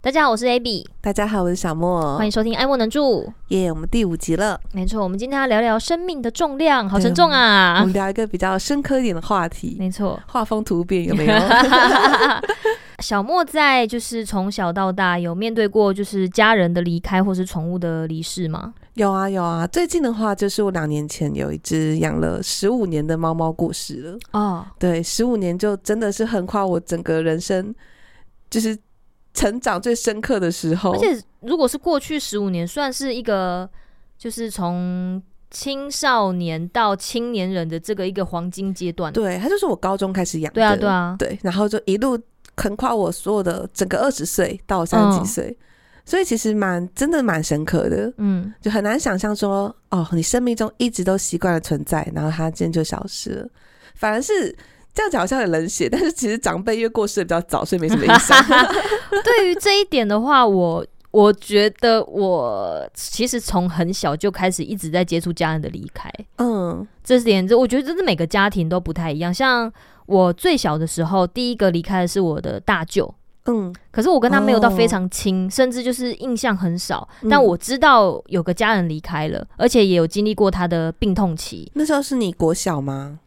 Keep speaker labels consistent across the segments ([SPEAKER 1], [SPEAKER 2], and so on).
[SPEAKER 1] 大家好，我是 AB，
[SPEAKER 2] 大家好，我是小莫
[SPEAKER 1] 欢，迎收听《爱莫能助》。
[SPEAKER 2] 耶我们第五集了，
[SPEAKER 1] 没错，我们今天要聊聊生命的重量，好沉重啊嗯
[SPEAKER 2] 我！们聊一个比较深刻一点的话题，
[SPEAKER 1] 没错，
[SPEAKER 2] 画风突变有 没有？
[SPEAKER 1] 小莫在就是从小到大有面对过就是家人的离开或是宠物的离世吗？
[SPEAKER 2] 有啊有啊，最近的话就是我两年前有一只养了十五年的猫猫过世了，
[SPEAKER 1] 哦，
[SPEAKER 2] 对，十五年就真的是横跨我整个人生，就是成长最深刻的时候
[SPEAKER 1] 而。且如果是过去十五年，算是一个就是从青少年到青年人的这个一个黄金阶段。
[SPEAKER 2] 对，它就是我高中开始养的，
[SPEAKER 1] 对啊，对啊，
[SPEAKER 2] 对，然后就一路横跨我所有的整个二十岁到三
[SPEAKER 1] 嗯
[SPEAKER 2] 十几岁，所以其实蛮真的蛮深刻的。
[SPEAKER 1] 嗯，
[SPEAKER 2] 就很难想象说，哦，你生命中一直都习惯了存在，然后它今天就消失了。反而是这样讲好像很冷血，但是其实长辈因为过世的比较早，所以没什么影 响。
[SPEAKER 1] 对于这一点的话，我我觉得我其实从很小就开始一直在接触家人的离开，
[SPEAKER 2] 嗯，
[SPEAKER 1] 这点这我觉得这是每个家庭都不太一样。像我最小的时候，第一个离开的是我的大舅。
[SPEAKER 2] 嗯，
[SPEAKER 1] 可是我跟他没有到
[SPEAKER 2] 哦
[SPEAKER 1] 非常亲，甚至就是印象很少。
[SPEAKER 2] 嗯
[SPEAKER 1] 但我知道有个家人离开了，而且也有经历过他的病痛期，
[SPEAKER 2] 那时候是你国小吗？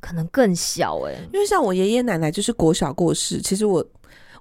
[SPEAKER 1] 可能更小哎、
[SPEAKER 2] 因为像我爷爷奶奶就是国小过世，其实我。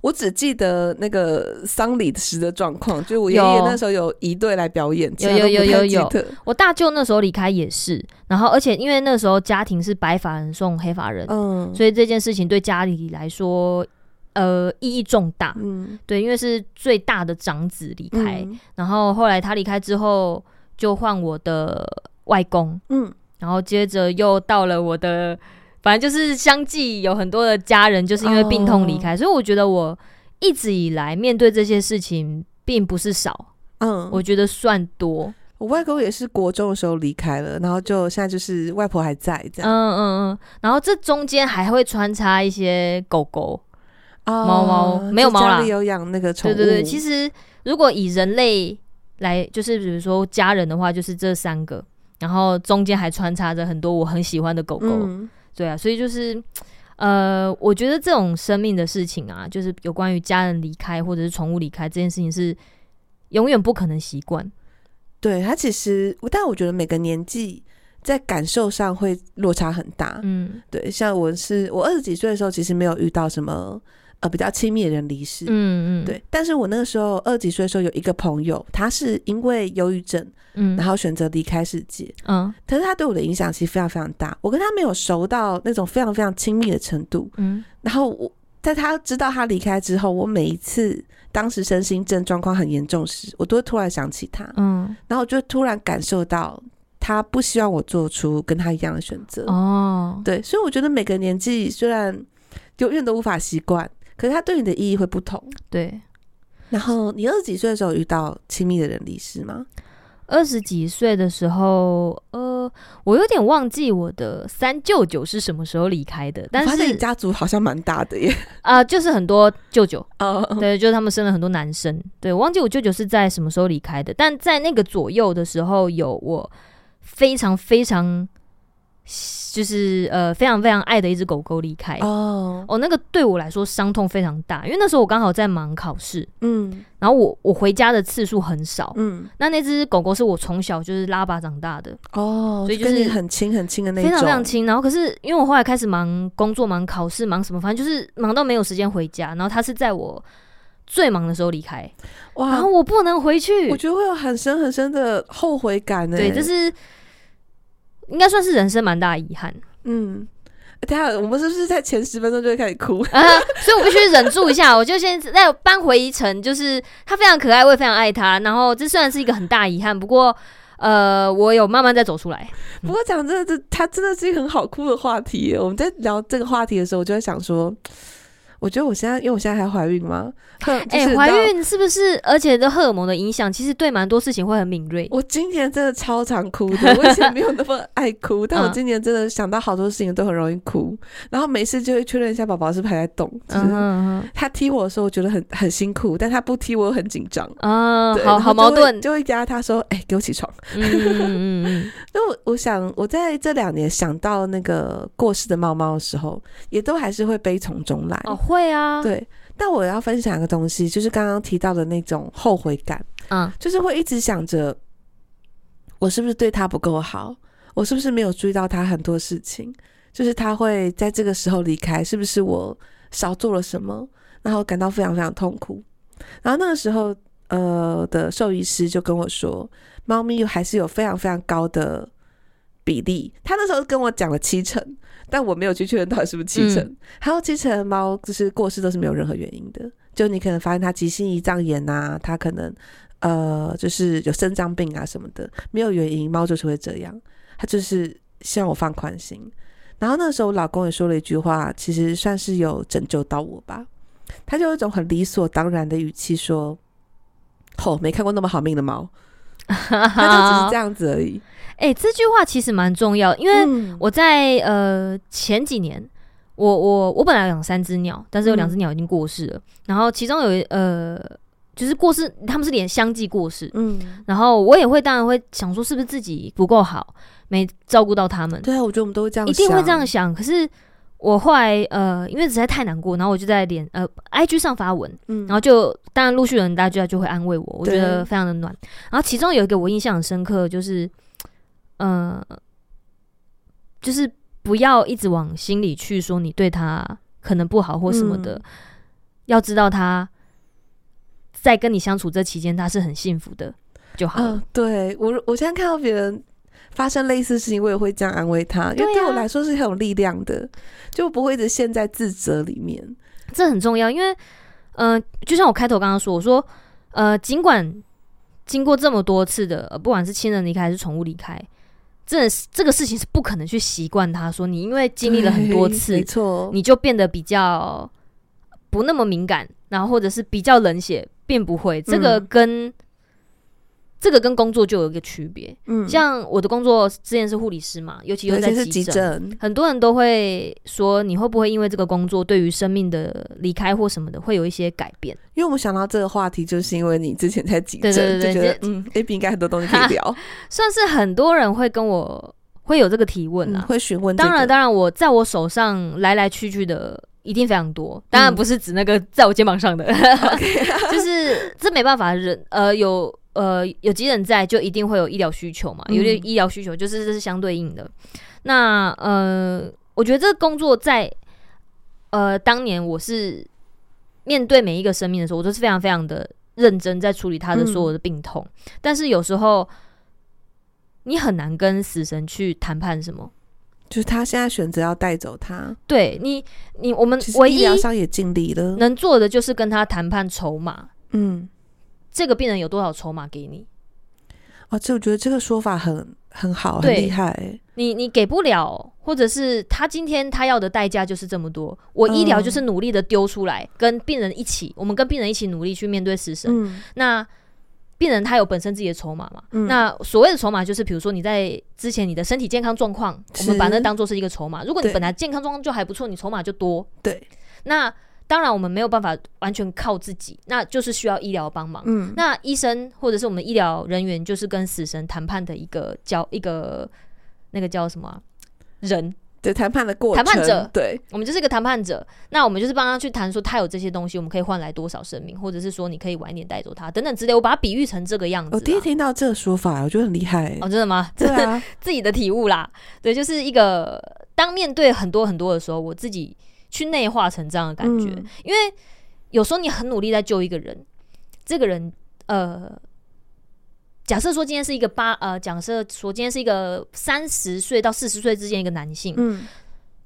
[SPEAKER 2] 我只记得那个丧礼时的状况，就是我爷爷
[SPEAKER 1] 有
[SPEAKER 2] 那时候有一队来表演，其他
[SPEAKER 1] 有
[SPEAKER 2] 都
[SPEAKER 1] 有
[SPEAKER 2] 不
[SPEAKER 1] 有
[SPEAKER 2] 太
[SPEAKER 1] 有
[SPEAKER 2] 记
[SPEAKER 1] 有
[SPEAKER 2] 得
[SPEAKER 1] 我大舅那时候离开也是，然后而且因为那时候家庭是白发人送黑发人，
[SPEAKER 2] 嗯，
[SPEAKER 1] 所以这件事情对家里来说，呃，意义重大。
[SPEAKER 2] 嗯，
[SPEAKER 1] 对，因为是最大的长子离开，
[SPEAKER 2] 嗯
[SPEAKER 1] 然后后来他离开之后，就换我的外公，
[SPEAKER 2] 嗯，
[SPEAKER 1] 然后接着又到了我的，反正就是相继有很多的家人就是因为病痛
[SPEAKER 2] 哦
[SPEAKER 1] 离开，所以我觉得我一直以来面对这些事情并不是少，
[SPEAKER 2] 嗯，
[SPEAKER 1] 我觉得算多。
[SPEAKER 2] 我外公也是国中的时候离开了，然后就现在就是外婆还在
[SPEAKER 1] 嗯
[SPEAKER 2] 这样。
[SPEAKER 1] 嗯嗯，然后这中间还会穿插一些狗狗。
[SPEAKER 2] 哦
[SPEAKER 1] 嗯猫猫没有
[SPEAKER 2] 就
[SPEAKER 1] 猫
[SPEAKER 2] 家
[SPEAKER 1] 啦
[SPEAKER 2] 里有养那个宠
[SPEAKER 1] 对
[SPEAKER 2] 物。
[SPEAKER 1] 对对，其实如果以人类来，就是比如说家人的话，就是这三个，然后中间还穿插着很多我很喜欢的狗狗。
[SPEAKER 2] 嗯
[SPEAKER 1] 对啊，所以就是呃，我觉得这种生命的事情啊，就是有关于家人离开或者是宠物离开这件事情是。永远不可能习惯，
[SPEAKER 2] 对它其实，但我觉得每个年纪在感受上会落差很大。
[SPEAKER 1] 嗯
[SPEAKER 2] 对，像我是我二十几岁的时候，其实没有遇到什么呃比较亲密的人离世。
[SPEAKER 1] 嗯嗯，，
[SPEAKER 2] 对，但是我那个时候二十几岁的时候，有一个朋友，他是因为忧郁症，
[SPEAKER 1] 嗯
[SPEAKER 2] 然后选择离开世界。
[SPEAKER 1] 嗯
[SPEAKER 2] 可是他对我的影响其实非常非常大，我跟他没有熟到那种非常非常亲密的程度，
[SPEAKER 1] 嗯
[SPEAKER 2] 然后我在他知道他离开之后，我每一次当时身心症状况很严重时，我都会突然想起他，
[SPEAKER 1] 嗯，
[SPEAKER 2] 然后我就突然感受到他不希望我做出跟他一样的选择。
[SPEAKER 1] 哦，
[SPEAKER 2] 对，所以我觉得每个年纪虽然永远都无法习惯，可是他对你的意义会不同。
[SPEAKER 1] 对，
[SPEAKER 2] 然后你二十几岁的时候遇到亲密的人离世吗？
[SPEAKER 1] 二十几岁的时候，呃，我有点忘记我的三舅舅是什么时候离开的，但
[SPEAKER 2] 我发现
[SPEAKER 1] 是
[SPEAKER 2] 你家族好像蛮 大的耶。
[SPEAKER 1] 啊、就是很多舅舅，
[SPEAKER 2] 哦，
[SPEAKER 1] 对，就是他们生了很多男生。对我忘记我舅舅是在什么时候离开的，但在那个左右的时候，有我非常非常，就是呃非常非常爱的一只狗狗离开。哦
[SPEAKER 2] 哦，
[SPEAKER 1] 那个对我来说伤痛非常大，因为那时候我刚好在忙考试，
[SPEAKER 2] 嗯
[SPEAKER 1] 然后我我回家的次数很少。
[SPEAKER 2] 嗯，
[SPEAKER 1] 那那只狗狗是我从小就是拉拔长大的，
[SPEAKER 2] 哦，
[SPEAKER 1] 所以
[SPEAKER 2] 跟
[SPEAKER 1] 就是
[SPEAKER 2] 你很亲很亲的那
[SPEAKER 1] 非
[SPEAKER 2] 种，
[SPEAKER 1] 常非常亲。然后可是因为我后来开始忙工作、忙考试、忙什么，反正就是忙到没有时间回家。然后它是在我最忙的时候离开，然
[SPEAKER 2] 哇
[SPEAKER 1] 后，我不能回去
[SPEAKER 2] 啊我，觉得会有很深很深的后悔感呢。欸
[SPEAKER 1] 对，这是应该算是人生蛮大的遗憾
[SPEAKER 2] 嗯，等一下我们是不是在前十分钟就会开 始哭？
[SPEAKER 1] 啊，所以我必须忍住一下，我就先再搬回一层，就是他非常可爱，我也非常爱他，然后这虽然是一个很大遗憾，不过呃，我有慢慢再走出 来，
[SPEAKER 2] 不过讲真的，这它真的是一个很好哭的话题耶。我们在聊这个话题的时候，我就在想说，我觉得我现在，因为我现在还怀孕吗？哼
[SPEAKER 1] 哎、怀，孕是不是？而且的荷尔蒙的影响，其实对蛮多事情会很敏锐，
[SPEAKER 2] 我今年真的超常哭的。 我以前没有那么爱哭，但我
[SPEAKER 1] 嗯
[SPEAKER 2] 今年真的想到好多事情都很容易哭，然后没事就会确认一下宝宝是不是还在动。就
[SPEAKER 1] 嗯哼
[SPEAKER 2] 是
[SPEAKER 1] 嗯
[SPEAKER 2] 他踢我的时候，我觉得很很辛苦，但他不踢我，我很紧张。
[SPEAKER 1] 哼，啊，
[SPEAKER 2] 对
[SPEAKER 1] 好
[SPEAKER 2] 然后
[SPEAKER 1] 好
[SPEAKER 2] 就
[SPEAKER 1] 矛
[SPEAKER 2] 会
[SPEAKER 1] 盾，
[SPEAKER 2] 就会压他说：“哎、给我起床。”
[SPEAKER 1] 嗯嗯嗯嗯，
[SPEAKER 2] 那我我想，我在这两年想到那个过世的猫猫的时候，也都还是会悲从中来。
[SPEAKER 1] 哦，会啊，
[SPEAKER 2] 对，但我要分享一个东西，就是刚刚提到的那种后悔感，
[SPEAKER 1] 嗯，
[SPEAKER 2] 就是会一直想着，我是不是对他不够好？我是不是没有注意到他很多事情？就是他会在这个时候离开，是不是我少做了什么？然后感到非常非常痛苦。然后那个时候，呃，的兽医师就跟我说，猫咪还是有非常非常高的比例。他那时候跟我讲了七成，但我没有去确认到底是不是七成。还有七成的猫就是过世都是没有任何原因的，就你可能发现它急性胰脏炎啊，它可能呃就是有肾脏病啊什么的，没有原因，猫就是会这样。它就是希望我放宽心。然后那时候我老公也说了一句话，其实算是有拯救到我吧。他就用一种很理所当然的语气说：“哦，没看过那么好命的猫。”他就只是这样子而已。
[SPEAKER 1] 哎、这句话其实蛮重要，因为
[SPEAKER 2] 嗯，
[SPEAKER 1] 我在呃前几年，我我我本来养三只鸟，但是有
[SPEAKER 2] 嗯
[SPEAKER 1] 两只鸟已经过世了，然后其中有一呃就是过世，他们是连相继过世，
[SPEAKER 2] 嗯，
[SPEAKER 1] 然后我也会当然会想说是不是自己不够好，没照顾到他们，
[SPEAKER 2] 对啊，我觉得我们都会这样，
[SPEAKER 1] 一定会这样。想。可是我后来呃因为实在太难过，然后我就在脸呃 IG 上发文，
[SPEAKER 2] 嗯，
[SPEAKER 1] 然后就当然陆续有人大家就会安慰我，我觉
[SPEAKER 2] 对
[SPEAKER 1] 得非常的暖。然后其中有一个我印象很深刻，就是，呃，就是不要一直往心里去说你对他可能不好或什么的，
[SPEAKER 2] 嗯
[SPEAKER 1] 要知道他在跟你相处这期间他是很幸福的就好了。
[SPEAKER 2] 嗯，对我，我现在看到别人发生类似事情，我也会这样安慰他，因为
[SPEAKER 1] 对啊
[SPEAKER 2] 对我来说是很有力量的，就不会一直陷在自责里面。
[SPEAKER 1] 这很重要，因为，嗯、就像我开头刚刚说，我说，呃，尽管经过这么多次的，呃、不管是亲人离开还是宠物离开，这这个事情是不可能去习惯它，说你因为经历了很多
[SPEAKER 2] 对
[SPEAKER 1] 次
[SPEAKER 2] 没，错，
[SPEAKER 1] 你就变得比较不那么敏感，然后或者是比较冷血，并不会，这个
[SPEAKER 2] 嗯
[SPEAKER 1] 跟、这个跟工作就有一个区别。
[SPEAKER 2] 嗯
[SPEAKER 1] 像我的工作之前是护理师嘛，尤其又
[SPEAKER 2] 有
[SPEAKER 1] 在
[SPEAKER 2] 些是
[SPEAKER 1] 急
[SPEAKER 2] 急
[SPEAKER 1] 诊，
[SPEAKER 2] 诊，
[SPEAKER 1] 很多人都会说，你会不会因为这个工作对于生命的离开或什么的，会有一些改变？
[SPEAKER 2] 因为我们想到这个话题，就是因为你之前在急
[SPEAKER 1] 对
[SPEAKER 2] 诊，
[SPEAKER 1] 对对
[SPEAKER 2] 就
[SPEAKER 1] 对
[SPEAKER 2] 觉得
[SPEAKER 1] 这
[SPEAKER 2] 嗯，AB 应该很多东西可以聊，
[SPEAKER 1] 算是很多人会跟我会有这个提 问啊
[SPEAKER 2] 嗯
[SPEAKER 1] 啦。
[SPEAKER 2] 会询问这个。
[SPEAKER 1] 当然，当然，我在我手上来来去去的一定非常多，当
[SPEAKER 2] 嗯
[SPEAKER 1] 然不是指那个在我肩膀 上的， 就是这没办法，人呃有呃有急诊在，就一定会有医疗需求嘛，
[SPEAKER 2] 嗯
[SPEAKER 1] 有点医疗需求就是这是相对应的。那呃，我觉得这个工作在呃当年我是面对每一个生命的时候，我都是非常非常的认真在处理他的
[SPEAKER 2] 嗯
[SPEAKER 1] 所有的病痛，但是有时候。你很难跟死神去谈判什么，
[SPEAKER 2] 就是他现在选择要带走他，
[SPEAKER 1] 对你，你我们
[SPEAKER 2] 其实
[SPEAKER 1] 嗯唯
[SPEAKER 2] 医
[SPEAKER 1] 一
[SPEAKER 2] 疗上嗯也尽力了。
[SPEAKER 1] 能做的就是跟他谈判筹码，
[SPEAKER 2] 嗯，
[SPEAKER 1] 这个病人有多少筹码给你，
[SPEAKER 2] 哦，这我觉得这个说法很很好，很
[SPEAKER 1] 对
[SPEAKER 2] 厉害、欸。
[SPEAKER 1] 你你给不了，或者是他今天他要的代价就是这么多。我医疗
[SPEAKER 2] 嗯
[SPEAKER 1] 就是努力的丢出来，跟病人一起，我们跟病人一起努力去面对死神。
[SPEAKER 2] 嗯
[SPEAKER 1] 那病人他有本身自己的筹码嘛？
[SPEAKER 2] 嗯
[SPEAKER 1] 那所谓的筹码就是，比如说你在之前你的身体健康状况，我们
[SPEAKER 2] 是
[SPEAKER 1] 把那当做是一个筹码。如果你
[SPEAKER 2] 对
[SPEAKER 1] 本来健康状况就还不错，你筹码就多。
[SPEAKER 2] 对，
[SPEAKER 1] 那当然我们没有办法完全靠自己，那就是需要医疗帮忙。
[SPEAKER 2] 嗯，
[SPEAKER 1] 那医生或者是我们医疗人员，就是跟死神谈判的一个交一个那个叫什么啊、人，
[SPEAKER 2] 对谈判的过程，
[SPEAKER 1] 谈判者
[SPEAKER 2] 对，
[SPEAKER 1] 我们就是一个谈判者。那我们就是帮他去谈说，他有这些东西，我们可以换来多少生命，或者是说你可以晚一点带走他等等之类。我把它比喻成这个样子啦。
[SPEAKER 2] 我第一听到这个说法，我觉得很厉害、欸。
[SPEAKER 1] 哦，真的吗？
[SPEAKER 2] 对啊，
[SPEAKER 1] 自己的体悟啦。对，就是一个当面对很多很多的时候，我自己去内化成这样的感觉。
[SPEAKER 2] 嗯
[SPEAKER 1] 因为有时候你很努力在救一个人，这个人呃，假设说今天是一个八呃，假设说今天是一个三十岁到四十岁之间一个男性，
[SPEAKER 2] 嗯，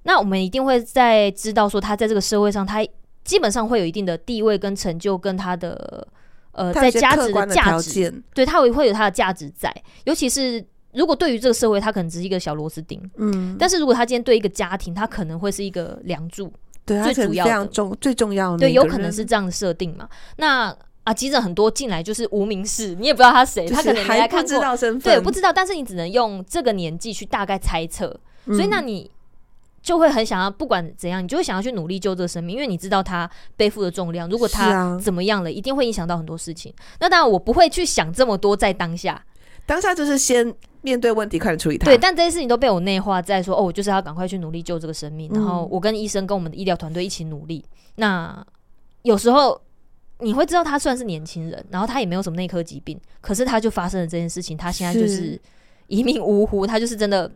[SPEAKER 1] 那我们一定会在知道说他在这个社会上，他基本上会有一定的地位跟成就，跟他的呃
[SPEAKER 2] 他
[SPEAKER 1] 在
[SPEAKER 2] 有些
[SPEAKER 1] 价
[SPEAKER 2] 客
[SPEAKER 1] 值
[SPEAKER 2] 观的
[SPEAKER 1] 价
[SPEAKER 2] 条
[SPEAKER 1] 值
[SPEAKER 2] 件，
[SPEAKER 1] 对它有会有它的价值在，尤其是如果对于这个社会，它可能只是一个小螺丝钉，
[SPEAKER 2] 嗯，
[SPEAKER 1] 但是如果它今天对一个家庭，它可能会是一个梁柱，
[SPEAKER 2] 对，啊
[SPEAKER 1] 最
[SPEAKER 2] 他可能
[SPEAKER 1] 主
[SPEAKER 2] 非
[SPEAKER 1] 要的
[SPEAKER 2] 常重最重要的那
[SPEAKER 1] 对，
[SPEAKER 2] 一
[SPEAKER 1] 有
[SPEAKER 2] 哦个
[SPEAKER 1] 可能
[SPEAKER 2] 人
[SPEAKER 1] 是这样的设定嘛？那啊，急诊很多进来就是无名氏，你也不知道他谁，
[SPEAKER 2] 就
[SPEAKER 1] 他
[SPEAKER 2] 是
[SPEAKER 1] 可能没
[SPEAKER 2] 还
[SPEAKER 1] 来
[SPEAKER 2] 不
[SPEAKER 1] 看
[SPEAKER 2] 知
[SPEAKER 1] 过，
[SPEAKER 2] 道身份，
[SPEAKER 1] 对，不知道，但是你只能用这个年纪去大概猜测，
[SPEAKER 2] 嗯，
[SPEAKER 1] 所以那你。就会很想要，不管怎样，你就会想要去努力救这个生命，因为你知道他背负的重量，如果
[SPEAKER 2] 是
[SPEAKER 1] 他
[SPEAKER 2] 啊
[SPEAKER 1] 怎么样了，一定会影响到很多事情。那当然，我不会去想这么多在当下，
[SPEAKER 2] 当下就是先面对问题，快点处理它。
[SPEAKER 1] 对，但这些事情都被我内化在说，哦，我就是要赶快去努力救这个生命，然后
[SPEAKER 2] 嗯
[SPEAKER 1] 我跟医生跟我们的医疗团队一起努力。那有时候你会知道他虽然是年轻人，然后他也没有什么内科疾病，可是他就发生了这件事情，他现在就是
[SPEAKER 2] 是
[SPEAKER 1] 一命呜呼，他就是真的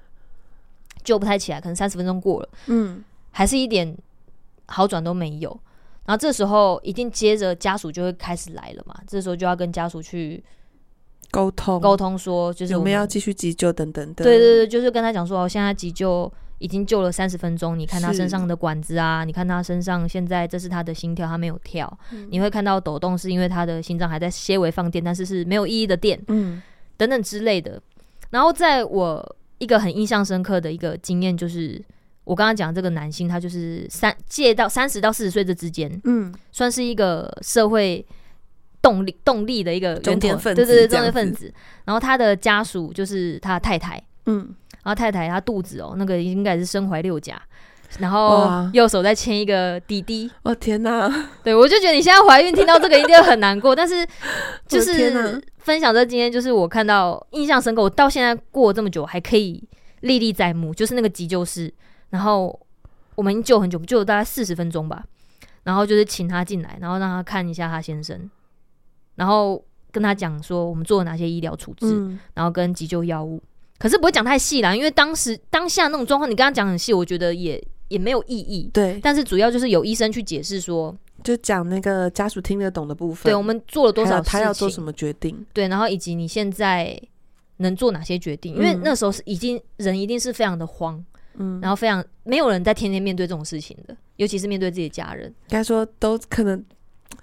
[SPEAKER 1] 救不太起来，可能三十分钟过了，
[SPEAKER 2] 嗯，
[SPEAKER 1] 还是一点好转都没有。然后这时候一定接着家属就会开始来了嘛，这时候就要跟家属去
[SPEAKER 2] 沟通
[SPEAKER 1] 沟通说，就是
[SPEAKER 2] 有
[SPEAKER 1] 我
[SPEAKER 2] 没
[SPEAKER 1] 们
[SPEAKER 2] 有要继续急救等等等。
[SPEAKER 1] 对对对，就是跟他讲说，哦，现在急救已经救了三十分钟，你看他
[SPEAKER 2] 是
[SPEAKER 1] 身上的管子啊，你看他身上现在这是他的心跳，他没有跳，
[SPEAKER 2] 嗯
[SPEAKER 1] 你会看到抖动是因为他的心脏还在些微放电，但是是没有意义的电
[SPEAKER 2] 嗯
[SPEAKER 1] 等等之类的。然后在我一个很印象深刻的一个经验就是。我刚刚讲这个男性，他就是三介到三十到四十岁这之间，
[SPEAKER 2] 嗯，
[SPEAKER 1] 算是一个社会动力动力的一个源头
[SPEAKER 2] 中间分子
[SPEAKER 1] 对对对，
[SPEAKER 2] 这
[SPEAKER 1] 中
[SPEAKER 2] 样
[SPEAKER 1] 间分子。然后他的家属就是他的太太，
[SPEAKER 2] 嗯，
[SPEAKER 1] 然后太太她肚子哦，那个应该是身怀六甲，然后
[SPEAKER 2] 哇
[SPEAKER 1] 右手再牵一个弟弟。
[SPEAKER 2] 我、天哪，
[SPEAKER 1] 对我就觉得你现在怀孕，听到这个一定会很难过。但是就
[SPEAKER 2] 我的天啊哪
[SPEAKER 1] 是分享这今天，就是我看到印象深刻，我到现在过了这么久还可以历历在目，就是那个急救室，然后我们已经救很久，救了大概四十分钟吧，然后就是请他进来，然后让他看一下他先生，然后跟他讲说我们做了哪些医疗处置，
[SPEAKER 2] 嗯，
[SPEAKER 1] 然后跟急救药物，可是不会讲太细啦，因为当时当下那种状况，你刚刚讲很细，我觉得也也没有意义。
[SPEAKER 2] 对，
[SPEAKER 1] 但是主要就是有医生去解释说，
[SPEAKER 2] 就讲那个家属听得懂的部分。
[SPEAKER 1] 对我们做了多
[SPEAKER 2] 还
[SPEAKER 1] 少
[SPEAKER 2] 有
[SPEAKER 1] 事情，
[SPEAKER 2] 他要做什么决定？
[SPEAKER 1] 对，然后以及你现在能做哪些决定，因为
[SPEAKER 2] 嗯
[SPEAKER 1] 那时候是已经人一定是非常的慌，
[SPEAKER 2] 嗯，
[SPEAKER 1] 然后非常没有人在天天面对这种事情的，尤其是面对自己的家人。
[SPEAKER 2] 应该说都可能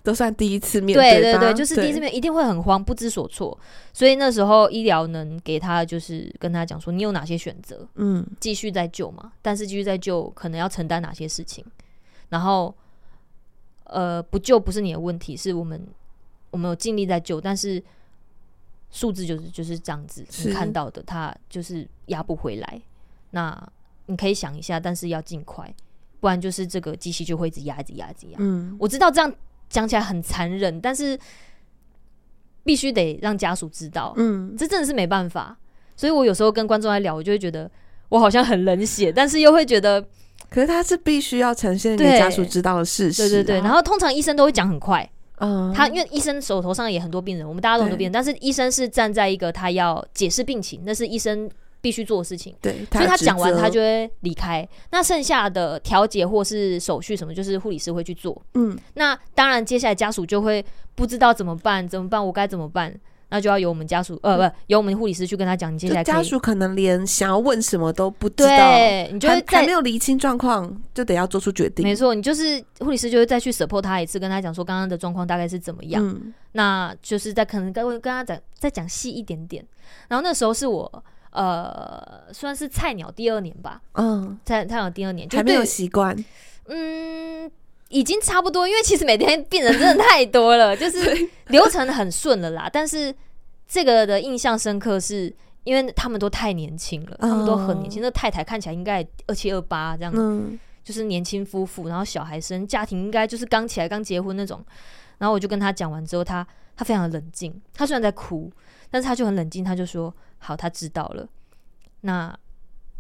[SPEAKER 2] 都算第一次面
[SPEAKER 1] 对
[SPEAKER 2] 对吧
[SPEAKER 1] 对，就是第一次面一定会很慌，不知所措。所以那时候医疗能给他就是跟他讲说，你有哪些选择，
[SPEAKER 2] 嗯，
[SPEAKER 1] 继续再救嘛，但是继续再救可能要承担哪些事情，然后呃不救不是你的问题，是我们我们有尽力在救，但是数字就是就是这样子，
[SPEAKER 2] 是
[SPEAKER 1] 你看到的它就是压不回来，那你可以想一下，但是要尽快，不然就是这个机器就会一直压一直压一直压。
[SPEAKER 2] 嗯，
[SPEAKER 1] 我知道这样讲起来很残忍，但是必须得让家属知道，
[SPEAKER 2] 嗯，
[SPEAKER 1] 这真的是没办法。所以我有时候跟观众在聊，我就会觉得我好像很冷血，但是又会觉 得
[SPEAKER 2] 可是他是必须要呈现给
[SPEAKER 1] 对
[SPEAKER 2] 家属知道的事实、啊
[SPEAKER 1] 对对对。然，后通常医生都会讲很快，
[SPEAKER 2] 嗯，
[SPEAKER 1] 他因为医生手头上也很多病人，我们大家都很多病人，但是医生是站在一个他要解释病情，那是医生必须做的事情。
[SPEAKER 2] 对，
[SPEAKER 1] 所以他
[SPEAKER 2] 的职
[SPEAKER 1] 讲完，
[SPEAKER 2] 责
[SPEAKER 1] 他就会离开。那剩下的调解或是手续什么，就是护理师会去做。
[SPEAKER 2] 嗯，
[SPEAKER 1] 那当然，接下来家属就会不知道怎么办，怎么办，我该怎么办？那就要由我们家属，呃，不，由我们护理师去跟他讲，你接
[SPEAKER 2] 就
[SPEAKER 1] 下来可以
[SPEAKER 2] 家属可能连想要问什么都不知道，
[SPEAKER 1] 对，你就
[SPEAKER 2] 还
[SPEAKER 1] 会
[SPEAKER 2] 还
[SPEAKER 1] 在
[SPEAKER 2] 没有厘清状况，就得要做出决定，
[SPEAKER 1] 没错，你就是护理师就会再去 support 他一次，跟他讲说刚刚的状况大概是怎么样，
[SPEAKER 2] 嗯
[SPEAKER 1] 那就是在可能跟跟他讲再讲细一点点。然后那时候是我呃算是菜鸟第二年吧，
[SPEAKER 2] 嗯，
[SPEAKER 1] 菜菜鸟第二年就
[SPEAKER 2] 还没
[SPEAKER 1] 对
[SPEAKER 2] 有习惯，
[SPEAKER 1] 嗯。已经差不多，因为其实每天病人真的太多了，就是流程很顺了啦。但是这个的印象深刻是，因为他们都太年轻
[SPEAKER 2] 哦
[SPEAKER 1] 了，他们都很年轻。那太太看起来应该二七二八这样子，
[SPEAKER 2] 嗯
[SPEAKER 1] 就是年轻夫妇，然后小孩生，家庭应该就是刚起来刚结婚那种。然后我就跟他讲完之后，他他非常的冷静，他虽然在哭，但是他就很冷静，他就说好，他知道了。那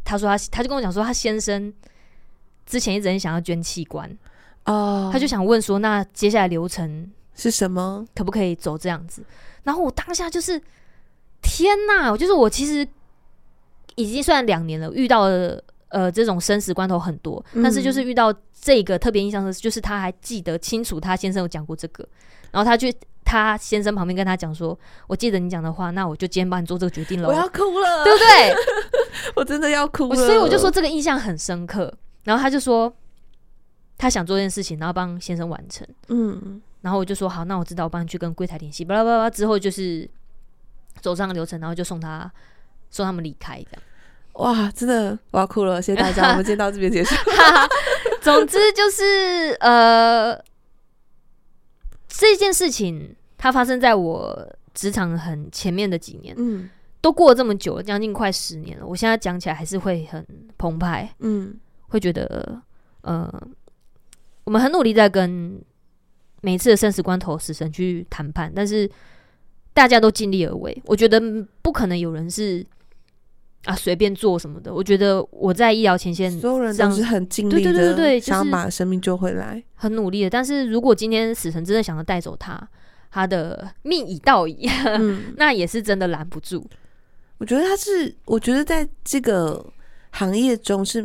[SPEAKER 1] 他说他他就跟我讲说，他先生之前一直很想要捐器官，
[SPEAKER 2] 哦，
[SPEAKER 1] 他就想问说，那接下来流程
[SPEAKER 2] 是什么？
[SPEAKER 1] 可不可以走这样子？然后我当下就是天呐，我就是我其实已经算两年了，遇到了呃这种生死关头很多，
[SPEAKER 2] 嗯
[SPEAKER 1] 但是就是遇到这个特别印象的是，就是他还记得清楚，他先生有讲过这个，然后他去他先生旁边跟他讲说：“我记得你讲的话，那我就今天帮你做这个决定喽
[SPEAKER 2] 我，要哭 了，
[SPEAKER 1] 对不对？”
[SPEAKER 2] 我真的要哭
[SPEAKER 1] 我
[SPEAKER 2] 了，
[SPEAKER 1] 所以我就说这个印象很深刻。然后他就说他想做这件事情，然后帮先生完成。
[SPEAKER 2] 嗯，
[SPEAKER 1] 然后我就说好，那我知道，我帮你去跟柜台联系，巴拉巴拉巴拉。之后就是走上流程，然后就送他送他们离开，这样。
[SPEAKER 2] 哇，真的我要哭了，谢谢大家，我们今天到这边结束。
[SPEAKER 1] 总之就是呃，这件事情它发生在我职场很前面的几年，
[SPEAKER 2] 嗯
[SPEAKER 1] 都过了这么久了，将近快十年了。我现在讲起来还是会很澎湃，
[SPEAKER 2] 嗯，
[SPEAKER 1] 会觉得，呃，我们很努力在跟每一次的生死关头死神去谈判，但是大家都尽力而为。我觉得嗯不可能有人是啊随便做什么的。我觉得我在医疗前线
[SPEAKER 2] 所有人
[SPEAKER 1] 这
[SPEAKER 2] 都
[SPEAKER 1] 样
[SPEAKER 2] 是很尽力
[SPEAKER 1] 对对对对
[SPEAKER 2] 的，
[SPEAKER 1] 就是
[SPEAKER 2] 想要把生命救回来。
[SPEAKER 1] 很努力的，但是如果今天死神真的想要带走他，他的命已到矣，
[SPEAKER 2] 嗯，
[SPEAKER 1] 那也是真的拦不住。
[SPEAKER 2] 我觉得他是，我觉得在这个行业中是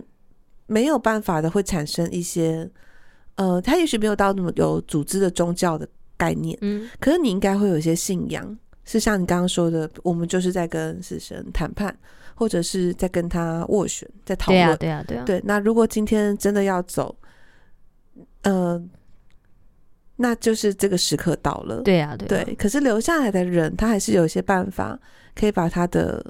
[SPEAKER 2] 没有办法的，会产生一些，呃，他也许没有到那么有组织的宗教的概念，
[SPEAKER 1] 嗯，
[SPEAKER 2] 可是你应该会有一些信仰，是像你刚刚说的，我们就是在跟死神谈判，或者是在跟他斡旋，在讨
[SPEAKER 1] 对
[SPEAKER 2] 论。
[SPEAKER 1] 啊，对啊，对啊，
[SPEAKER 2] 对，那如果今天真的要走，呃，那就是这个时刻到了。
[SPEAKER 1] 对啊，对啊，
[SPEAKER 2] 对，可是留下来的人，他还是有一些办法可以把他的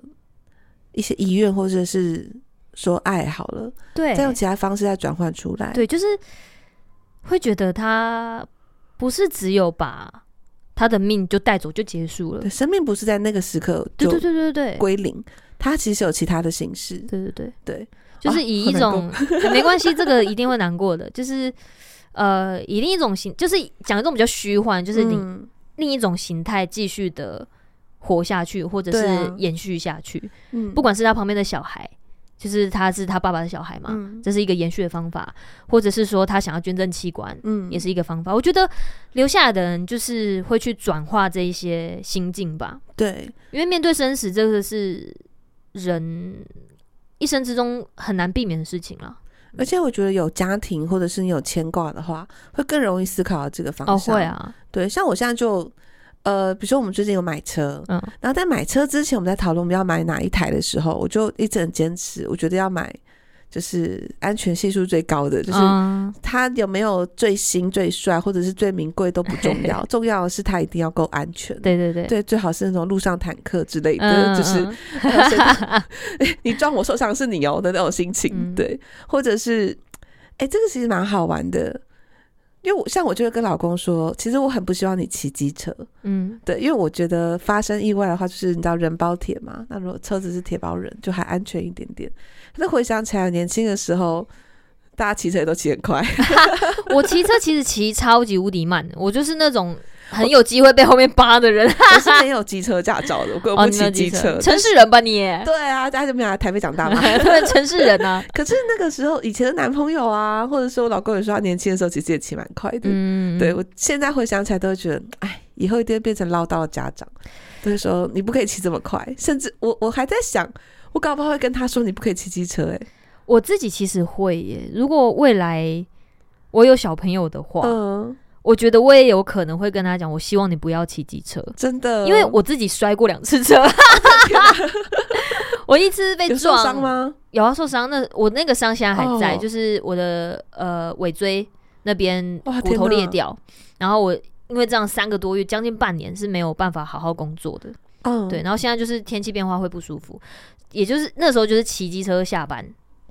[SPEAKER 2] 一些遗愿或者是说爱好了，
[SPEAKER 1] 对，
[SPEAKER 2] 再用其他方式再转换出来。
[SPEAKER 1] 对，就是会觉得他不是只有把他的命就带走就结束了
[SPEAKER 2] 对，。生命不是在那个时刻
[SPEAKER 1] 对对
[SPEAKER 2] 就
[SPEAKER 1] 对对对对
[SPEAKER 2] 归零，它其实有其他的形式。
[SPEAKER 1] 对对，
[SPEAKER 2] 对，
[SPEAKER 1] 就是
[SPEAKER 2] 啊
[SPEAKER 1] 以
[SPEAKER 2] 好
[SPEAKER 1] 一
[SPEAKER 2] 难
[SPEAKER 1] 种、没关系，这个一定会难过的，就是。呃，以另一种形，就是讲一种比较虚幻，就是你
[SPEAKER 2] 嗯
[SPEAKER 1] 另一种形态继续的活下去，或者
[SPEAKER 2] 对
[SPEAKER 1] 是
[SPEAKER 2] 啊
[SPEAKER 1] 延续下去。
[SPEAKER 2] 嗯
[SPEAKER 1] 不管是他旁边的小孩，就是他是他爸爸的小孩嘛，
[SPEAKER 2] 嗯
[SPEAKER 1] 这是一个延续的方法，或者是说他想要捐赠器官，
[SPEAKER 2] 嗯
[SPEAKER 1] 也是一个方法。我觉得留下来的人就是会去转化这一些心境吧，
[SPEAKER 2] 对，
[SPEAKER 1] 因为面对生死，这个是人一生之中很难避免的事情了。
[SPEAKER 2] 而且我觉得有家庭或者是你有牵挂的话，会更容易思考到这个方
[SPEAKER 1] 哦，
[SPEAKER 2] 向。
[SPEAKER 1] 会，啊，
[SPEAKER 2] 对，像我现在就，呃，比如说我们最近有买车，
[SPEAKER 1] 嗯
[SPEAKER 2] 然后在买车之前，我们在讨论我们要买哪一台的时候，我就一直很坚持，我觉得要买就是安全系数最高的，就是
[SPEAKER 1] 嗯
[SPEAKER 2] 它有没有最新最帅或者是最名贵都不重 要，重要的是它一定要够安全。
[SPEAKER 1] 对对对，
[SPEAKER 2] 对，最好是那种路上坦克之类的，
[SPEAKER 1] 嗯，
[SPEAKER 2] 就是
[SPEAKER 1] 嗯
[SPEAKER 2] 还有谁打哎你撞我受伤是你哦的那种心情，
[SPEAKER 1] 嗯
[SPEAKER 2] 对，或者是哎、诶这个其实蛮好玩的，因为我像我就会跟老公说，其实我很不希望你骑机车，
[SPEAKER 1] 嗯，
[SPEAKER 2] 对，因为我觉得发生意外的话，就是你知道人包铁嘛，那如果车子是铁包人，就还安全一点点。可是回想起来，年轻的时候。大家骑车也都骑很快，
[SPEAKER 1] 我骑车其实骑超级无敌慢的，我就是那种很有机会被后面扒的人。
[SPEAKER 2] 我是没有机车驾照的，我根
[SPEAKER 1] 哦，
[SPEAKER 2] 本不
[SPEAKER 1] 你没
[SPEAKER 2] 骑
[SPEAKER 1] 有机
[SPEAKER 2] 机车。
[SPEAKER 1] 城市人吧你？
[SPEAKER 2] 对啊，大家就没有来台北长大嘛，
[SPEAKER 1] 对，城市人 啊。
[SPEAKER 2] 可是那个时候，以前的男朋友啊，或者说我老公也说，他年轻的时候其实也骑蛮快的。
[SPEAKER 1] 嗯，
[SPEAKER 2] 对我现在回想起来，都会觉得，哎，以后一定会变成唠叨的家长，都会说你不可以骑这么快。甚至我我还在想，我搞不好会跟他说你不可以骑机车、欸。
[SPEAKER 1] 我自己其实会耶。如果未来我有小朋友的话，
[SPEAKER 2] 嗯，
[SPEAKER 1] 我觉得我也有可能会跟他讲，我希望你不要骑机车，
[SPEAKER 2] 真的，
[SPEAKER 1] 因为我自己摔过两次车。 我一次被
[SPEAKER 2] 有受
[SPEAKER 1] 撞
[SPEAKER 2] 伤？吗？
[SPEAKER 1] 有啊，受伤。那我那个伤现在还在，
[SPEAKER 2] 哦
[SPEAKER 1] 就是我的呃尾椎那边
[SPEAKER 2] 哇
[SPEAKER 1] 骨头
[SPEAKER 2] 天哪
[SPEAKER 1] 裂掉，然后我因为这样三个多月，将近半年是没有办法好好工作的。
[SPEAKER 2] 嗯，
[SPEAKER 1] 对，，然后现在就是天气变化会不舒服，也就是那时候就是骑机车下班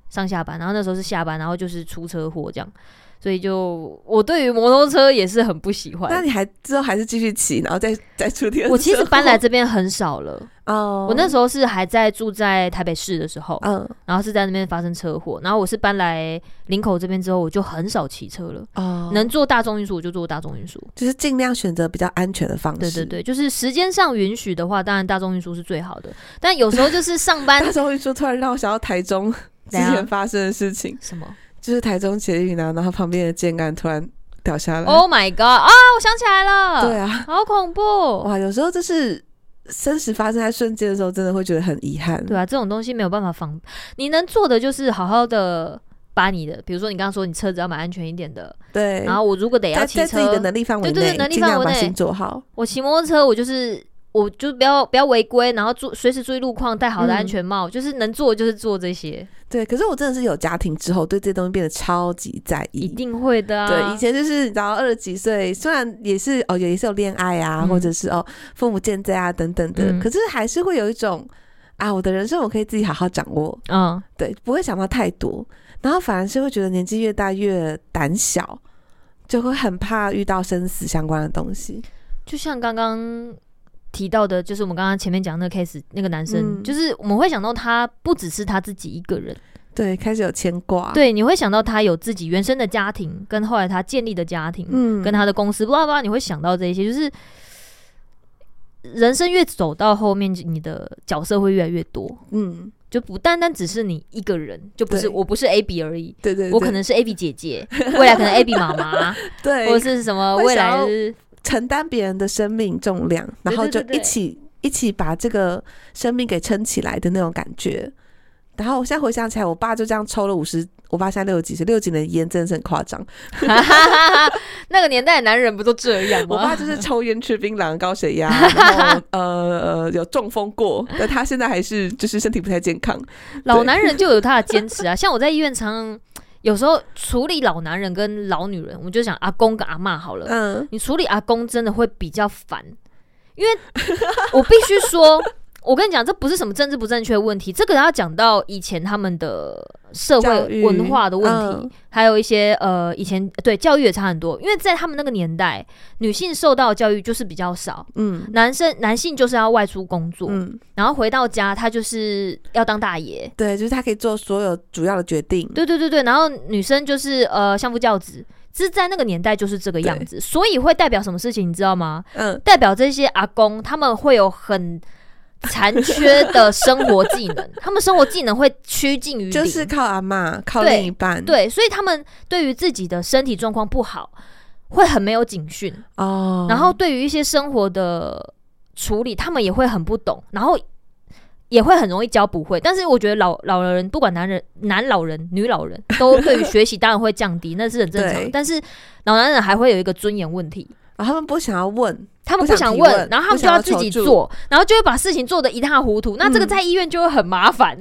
[SPEAKER 1] 上下班，然后那时候是下班，然后就是出车祸这样，所以就我对于摩托车也是很不喜
[SPEAKER 2] 那
[SPEAKER 1] 欢。
[SPEAKER 2] 你还之后还是继续骑，然后再 再出第二次
[SPEAKER 1] 我其
[SPEAKER 2] 车
[SPEAKER 1] 实
[SPEAKER 2] 祸
[SPEAKER 1] 搬来这边很少了，
[SPEAKER 2] 哦，
[SPEAKER 1] 我那时
[SPEAKER 2] 候
[SPEAKER 1] 候是还在住在台北市的时候，
[SPEAKER 2] 嗯
[SPEAKER 1] 然后是在那边发生车祸，然后我是搬来林口这边之后，我就很少骑车了，
[SPEAKER 2] 哦，
[SPEAKER 1] 能坐大众运输我就坐大众运输。
[SPEAKER 2] 就是尽量选择比较安全的方
[SPEAKER 1] 对
[SPEAKER 2] 式
[SPEAKER 1] 对。对，就是时间上允许的话，当然大众运输是最好的，但有时候就是上 班
[SPEAKER 2] 那时候一说，突然让我想到台中 之
[SPEAKER 1] 怎样
[SPEAKER 2] 前发生的事情。
[SPEAKER 1] 什么。
[SPEAKER 2] 就是台中捷运啊，然后旁边的箭杆突然掉下来。
[SPEAKER 1] Oh my god！啊，我想起来了，
[SPEAKER 2] 对啊，
[SPEAKER 1] 好恐怖。
[SPEAKER 2] 哇，有时候就是生死发生在瞬间的时候，真的会觉得很遗憾。
[SPEAKER 1] 对啊，这种东西没有办法防，你能做的就是好好的把你的，比如说你刚刚说你车子要买安全一点的，
[SPEAKER 2] 对，
[SPEAKER 1] 然后我如果得要
[SPEAKER 2] 在
[SPEAKER 1] 骑
[SPEAKER 2] 在自己的
[SPEAKER 1] 车，
[SPEAKER 2] 能力范
[SPEAKER 1] 对
[SPEAKER 2] 围
[SPEAKER 1] 对
[SPEAKER 2] 内
[SPEAKER 1] 对能，力
[SPEAKER 2] 尽
[SPEAKER 1] 范围
[SPEAKER 2] 量把
[SPEAKER 1] 内
[SPEAKER 2] 心做好。
[SPEAKER 1] 我骑摩托车我就是。我就不要不要违规，然后注随时注意路况，戴好的
[SPEAKER 2] 嗯
[SPEAKER 1] 安全帽，就是能做就是做这些，
[SPEAKER 2] 对，可是我真的是有家庭之后，对这些东西变得超级在
[SPEAKER 1] 一
[SPEAKER 2] 意。
[SPEAKER 1] 定会的啊。
[SPEAKER 2] 对，以前就是你知道，二十几岁虽然也是哦，也是有恋爱啊，
[SPEAKER 1] 嗯
[SPEAKER 2] 或者是哦父母健在啊等等的，
[SPEAKER 1] 嗯
[SPEAKER 2] 可是还是会有一种啊，我的人生我可以自己好好掌握，
[SPEAKER 1] 嗯，
[SPEAKER 2] 对，不会想到太多，然后反而是会觉得年纪越大越胆小，就会很怕遇到生死相关的东西。
[SPEAKER 1] 就像刚刚提到的，就是我们刚刚前面讲那个 case，那个男生，
[SPEAKER 2] 嗯
[SPEAKER 1] 就是我们会想到他不只是他自己一个人，
[SPEAKER 2] 对，开始有牵挂。，
[SPEAKER 1] 对，你会想到他有自己原生的家庭，跟后来他建立的家庭，
[SPEAKER 2] 嗯
[SPEAKER 1] 跟他的公司，不拉不拉，你会想到这一些，就是人生越走到后面，你的角色会越来越多。
[SPEAKER 2] 嗯，
[SPEAKER 1] 就不单单只是你一个人，就不是
[SPEAKER 2] 对
[SPEAKER 1] 我不是 Abby 而已，
[SPEAKER 2] 对对对，哎
[SPEAKER 1] 我可能是 Abby 姐姐， 未来可能 Abby 妈 妈，
[SPEAKER 2] 对，
[SPEAKER 1] 或者是什么
[SPEAKER 2] 会
[SPEAKER 1] 未
[SPEAKER 2] 想
[SPEAKER 1] 来
[SPEAKER 2] 要
[SPEAKER 1] 是
[SPEAKER 2] 承担别人的生命重量，
[SPEAKER 1] 对
[SPEAKER 2] 然后就
[SPEAKER 1] 对对
[SPEAKER 2] 一起一起把这个生命给撑起来的那种感觉。然后我现在回想起来，我爸就这样抽了五十，我爸现在六十几岁，六十几年的烟真的是很夸张。
[SPEAKER 1] 哈哈哈哈！ 那个年代的男人不都这样
[SPEAKER 2] 我爸
[SPEAKER 1] 吗？
[SPEAKER 2] 就是抽烟、吃槟榔、高血压，然后呃呃有中风过，但他现在还是就是身体不太健康。
[SPEAKER 1] 老男人就有他的坚持啊。像我在医院常常有时候处理老男人跟老女人，我们就想阿公跟阿嬷好了。
[SPEAKER 2] 嗯，
[SPEAKER 1] 你处理阿公真的会比较烦，因为我必须说，我跟你讲，这不是什么政治不正确的问题，这个要讲到以前他们的社
[SPEAKER 2] 教
[SPEAKER 1] 会
[SPEAKER 2] 育
[SPEAKER 1] 文化的问题
[SPEAKER 2] 嗯，
[SPEAKER 1] 还有一些呃以前对教育也差很多，因为在他们那个年代，女性受到的教育就是比较少，
[SPEAKER 2] 嗯
[SPEAKER 1] 男生男性就是要外出工作，
[SPEAKER 2] 嗯，
[SPEAKER 1] 然后回到家他就是要当大爷。
[SPEAKER 2] 对，就是他可以做所有主要的决定。
[SPEAKER 1] 对对对对，然后女生就是呃相夫教子，这在那个年代就是这个样子，所以会代表什么事情，你知道吗？
[SPEAKER 2] 嗯，
[SPEAKER 1] 代表这些阿公，他们会有很残缺的生活技 能，他们生活技能会趋近于零
[SPEAKER 2] 就是嗯靠阿妈，靠
[SPEAKER 1] 对
[SPEAKER 2] 另一半。
[SPEAKER 1] 对，所以他们对于自己的身体状况不好，会很没有警讯，
[SPEAKER 2] 哦，
[SPEAKER 1] 然后对于一些生活的处理，他们也会很不懂，然后。也会很容易教不会，但是我觉得老老人不管男人、男老人、女老人，都对于学习当然会降低，那是很正常
[SPEAKER 2] 对。
[SPEAKER 1] 但是老男人还会有一个尊严问题，
[SPEAKER 2] 啊他们不想要问，
[SPEAKER 1] 他们
[SPEAKER 2] 不
[SPEAKER 1] 不
[SPEAKER 2] 想
[SPEAKER 1] 想
[SPEAKER 2] 提
[SPEAKER 1] 问，
[SPEAKER 2] 问
[SPEAKER 1] 然后他
[SPEAKER 2] 不
[SPEAKER 1] 们就
[SPEAKER 2] 想
[SPEAKER 1] 要
[SPEAKER 2] 要
[SPEAKER 1] 自
[SPEAKER 2] 求
[SPEAKER 1] 己
[SPEAKER 2] 助嗯
[SPEAKER 1] 做，然后就会把事情做得一塌糊涂。那这个在医院就会很麻 烦，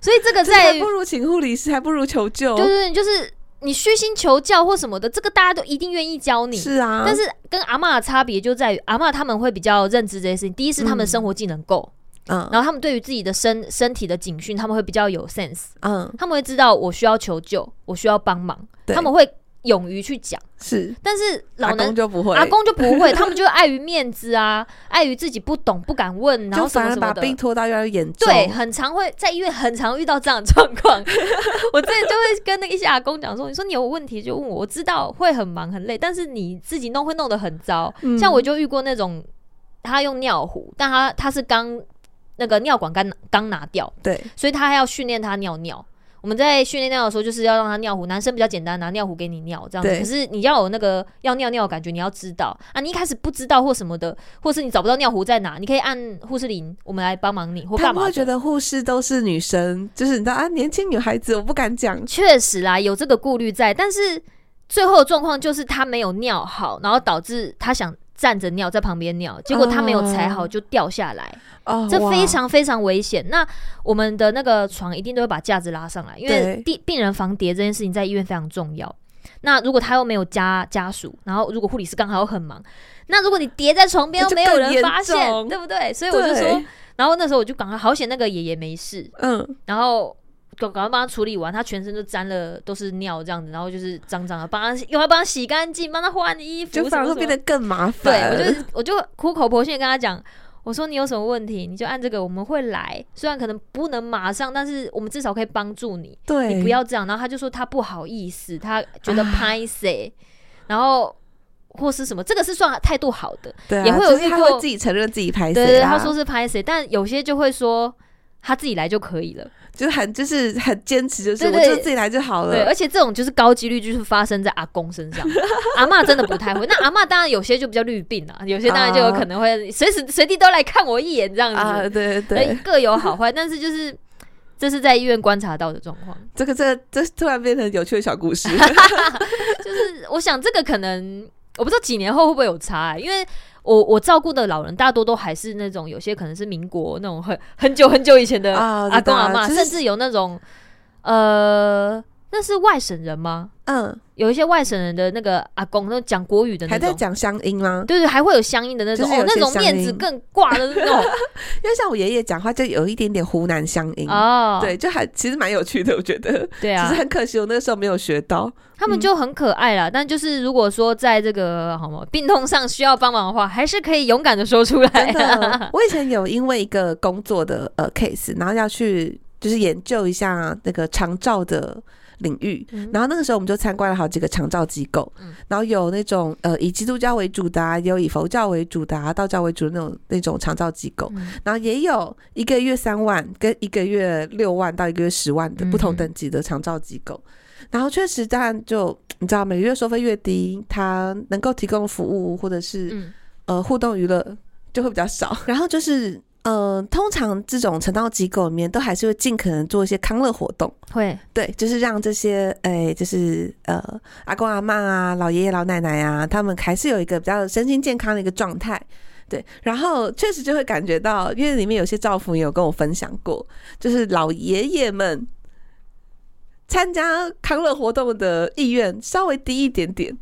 [SPEAKER 1] 所以这个
[SPEAKER 2] 这还
[SPEAKER 1] 在
[SPEAKER 2] 不如请护理师，还不如求救。
[SPEAKER 1] 就是就是你虚心求教或什么的，这个大家都一定愿意教你。
[SPEAKER 2] 是啊，
[SPEAKER 1] 但是跟阿嬷的差别就在于，阿嬷他们会比较认知这些事情。第一是他们
[SPEAKER 2] 嗯
[SPEAKER 1] 生活技能够，
[SPEAKER 2] 嗯
[SPEAKER 1] 然后他们对于自己的身身体的警讯，他们会比较有 sense，
[SPEAKER 2] 嗯，
[SPEAKER 1] 他们会知道我需要求救，我需要帮忙，
[SPEAKER 2] 对
[SPEAKER 1] 他们会勇于去讲。
[SPEAKER 2] 是
[SPEAKER 1] 但是
[SPEAKER 2] 阿
[SPEAKER 1] 老男
[SPEAKER 2] 公就不会，
[SPEAKER 1] 阿公就不 会，他们就碍于面子啊，碍于自己不懂不敢问，然
[SPEAKER 2] 就
[SPEAKER 1] 后什
[SPEAKER 2] 反
[SPEAKER 1] 么
[SPEAKER 2] 而
[SPEAKER 1] 什
[SPEAKER 2] 把
[SPEAKER 1] 么的。
[SPEAKER 2] 病拖到越来越严重。
[SPEAKER 1] 对，很常会在医院很常遇到这样的状况。 我之前就会跟那个一些阿公讲说：“你说你有问题就问我，我知道会很忙很累，但是你自己弄会弄得很糟。
[SPEAKER 2] 嗯
[SPEAKER 1] 像我就遇过那种，他用尿壶，但他他是刚那个尿管刚刚拿掉，
[SPEAKER 2] 对
[SPEAKER 1] 所以他还要训练他尿尿。我们在训练尿的时候，就是要让他尿壶。男生比较简单，拿啊尿壶给你尿这样子。
[SPEAKER 2] 对
[SPEAKER 1] 可是你要有那个要尿尿的感觉，你要知道啊。你一开始不知道或什么的，或是你找不到尿壶在哪，你可以按护士铃，我们来帮忙你或
[SPEAKER 2] 他
[SPEAKER 1] 干
[SPEAKER 2] 们
[SPEAKER 1] 嘛
[SPEAKER 2] 会觉
[SPEAKER 1] 的。
[SPEAKER 2] 得护士都是女生，就是你知道啊，年轻女孩子我不敢讲。
[SPEAKER 1] 确实啦，有这个顾虑在，但是最后的状况就是他没有尿好，然后导致他想站着尿在旁边尿，结果他没有踩好
[SPEAKER 2] 哦
[SPEAKER 1] 就掉下来。
[SPEAKER 2] 哦，
[SPEAKER 1] 这
[SPEAKER 2] 哇
[SPEAKER 1] 非常非常危险。那我们的那个床一定都会把架子拉上来，因为
[SPEAKER 2] 对
[SPEAKER 1] 病病人防跌这件事情在医院非常重要。那如果他又没有家家属，然后如果护理师刚好又很忙，那如果你叠在床边
[SPEAKER 2] 那
[SPEAKER 1] 又
[SPEAKER 2] 就
[SPEAKER 1] 没有
[SPEAKER 2] 更
[SPEAKER 1] 人
[SPEAKER 2] 严
[SPEAKER 1] 发现，
[SPEAKER 2] 重
[SPEAKER 1] 对不对？所以我就
[SPEAKER 2] 对
[SPEAKER 1] 说，然后那时候我就赶快好险，那个爷爷没事，
[SPEAKER 2] 嗯，
[SPEAKER 1] 然后赶赶快帮他处理完，他全身就沾了都是尿这样子，然后就是脏脏的，帮他又要帮他洗干净，帮他换衣服，
[SPEAKER 2] 就反而
[SPEAKER 1] 什么
[SPEAKER 2] 会
[SPEAKER 1] 什么
[SPEAKER 2] 变得更麻
[SPEAKER 1] 对
[SPEAKER 2] 烦。
[SPEAKER 1] 我 就我就苦口婆心地跟他讲，我说你有什么问题，你就按这个，我们会来。虽然可能不能马上，但是我们至少可以帮助你。
[SPEAKER 2] 对，
[SPEAKER 1] 你不要这样。然后他就说他不好意思，他觉得
[SPEAKER 2] 啊
[SPEAKER 1] 拍谁、然后或是什么，这个是算态度好的。
[SPEAKER 2] 对啊，
[SPEAKER 1] 也会有
[SPEAKER 2] 就是
[SPEAKER 1] 遇
[SPEAKER 2] 他
[SPEAKER 1] 过
[SPEAKER 2] 会自己承认自己拍
[SPEAKER 1] 对
[SPEAKER 2] 谁啊
[SPEAKER 1] 对对，
[SPEAKER 2] 啦
[SPEAKER 1] 他说是拍谁，但有些就会说他自己来就可以了。
[SPEAKER 2] 就是很就是很坚持，就是
[SPEAKER 1] 对
[SPEAKER 2] 我
[SPEAKER 1] 对
[SPEAKER 2] 就自己来就好
[SPEAKER 1] 对，
[SPEAKER 2] 了。
[SPEAKER 1] 而且这种就是高几率就是发生在阿公身 上，阿嬷真的不太会。那阿嬷当然有些就比较绿病啊，有些当然就有可能会随时随地都来看我一眼这样子。
[SPEAKER 2] 啊，对
[SPEAKER 1] 对，
[SPEAKER 2] 对对，
[SPEAKER 1] 哎各有好坏，但是就是这是在医院观察到的状况。
[SPEAKER 2] 这个这这突然变成有趣的小 故事。
[SPEAKER 1] 就是我想这个可能我不知道几年后会不会有差、欸，因为我我照顾的老人大多都还是那种有些可能是民国那种很很久很久以前的
[SPEAKER 2] 啊我知
[SPEAKER 1] 阿公阿
[SPEAKER 2] 道
[SPEAKER 1] 妈，
[SPEAKER 2] 就是
[SPEAKER 1] 甚至有那种呃，那是外省人吗？
[SPEAKER 2] 嗯，
[SPEAKER 1] 有一些外省人的那个阿公，那种讲国语的那
[SPEAKER 2] 还在
[SPEAKER 1] 种。
[SPEAKER 2] 讲乡音吗？
[SPEAKER 1] 对对，还会有乡音的那种，
[SPEAKER 2] 就是
[SPEAKER 1] 哦，
[SPEAKER 2] 有
[SPEAKER 1] 那
[SPEAKER 2] 些
[SPEAKER 1] 种
[SPEAKER 2] 乡
[SPEAKER 1] 面子
[SPEAKER 2] 音
[SPEAKER 1] 更挂的那种
[SPEAKER 2] 因为像我爷爷讲话就有一点点湖南乡音，
[SPEAKER 1] 哦，
[SPEAKER 2] 对，就还其实蛮有趣的，我觉得。
[SPEAKER 1] 对啊，
[SPEAKER 2] 只是很可惜，我那个时候没有学到。
[SPEAKER 1] 他们就很可爱啦，但就是如果说在这个呃好吗病痛上需要帮忙的话，还是可以勇敢的说出
[SPEAKER 2] 真
[SPEAKER 1] 来。啊
[SPEAKER 2] 的，我以前有因为一个工作的呃 case，然后要去就是研究一下那个长照的领域。
[SPEAKER 1] 嗯
[SPEAKER 2] 然后那个时候我们就参观了好几个长照机构
[SPEAKER 1] 嗯，
[SPEAKER 2] 然后有那种呃以基督教为主的、啊，也有以佛教为主的、啊、道教为主的那种那种长照机构，
[SPEAKER 1] 嗯
[SPEAKER 2] 然后也有一个月三万跟一个月六万到一个月十万的
[SPEAKER 1] 嗯
[SPEAKER 2] 不同等级的长照机构。然后确实，当然就你知道，每个月收费越低，它能够提供的服务或者是
[SPEAKER 1] 嗯
[SPEAKER 2] 呃互动娱乐就会比较少。然后就是呃，通常这种成道机构里面都还是会尽可能做一些康乐活动，
[SPEAKER 1] 会
[SPEAKER 2] 对，就是让这些哎、就是呃阿公阿嬷啊、老爷爷老奶奶啊，他们还是有一个比较身心健康的一个状态。对，然后确实就会感觉到，因为里面有些照父也有跟我分享过，就是老爷爷们参加康乐活动的意愿稍微低一点点，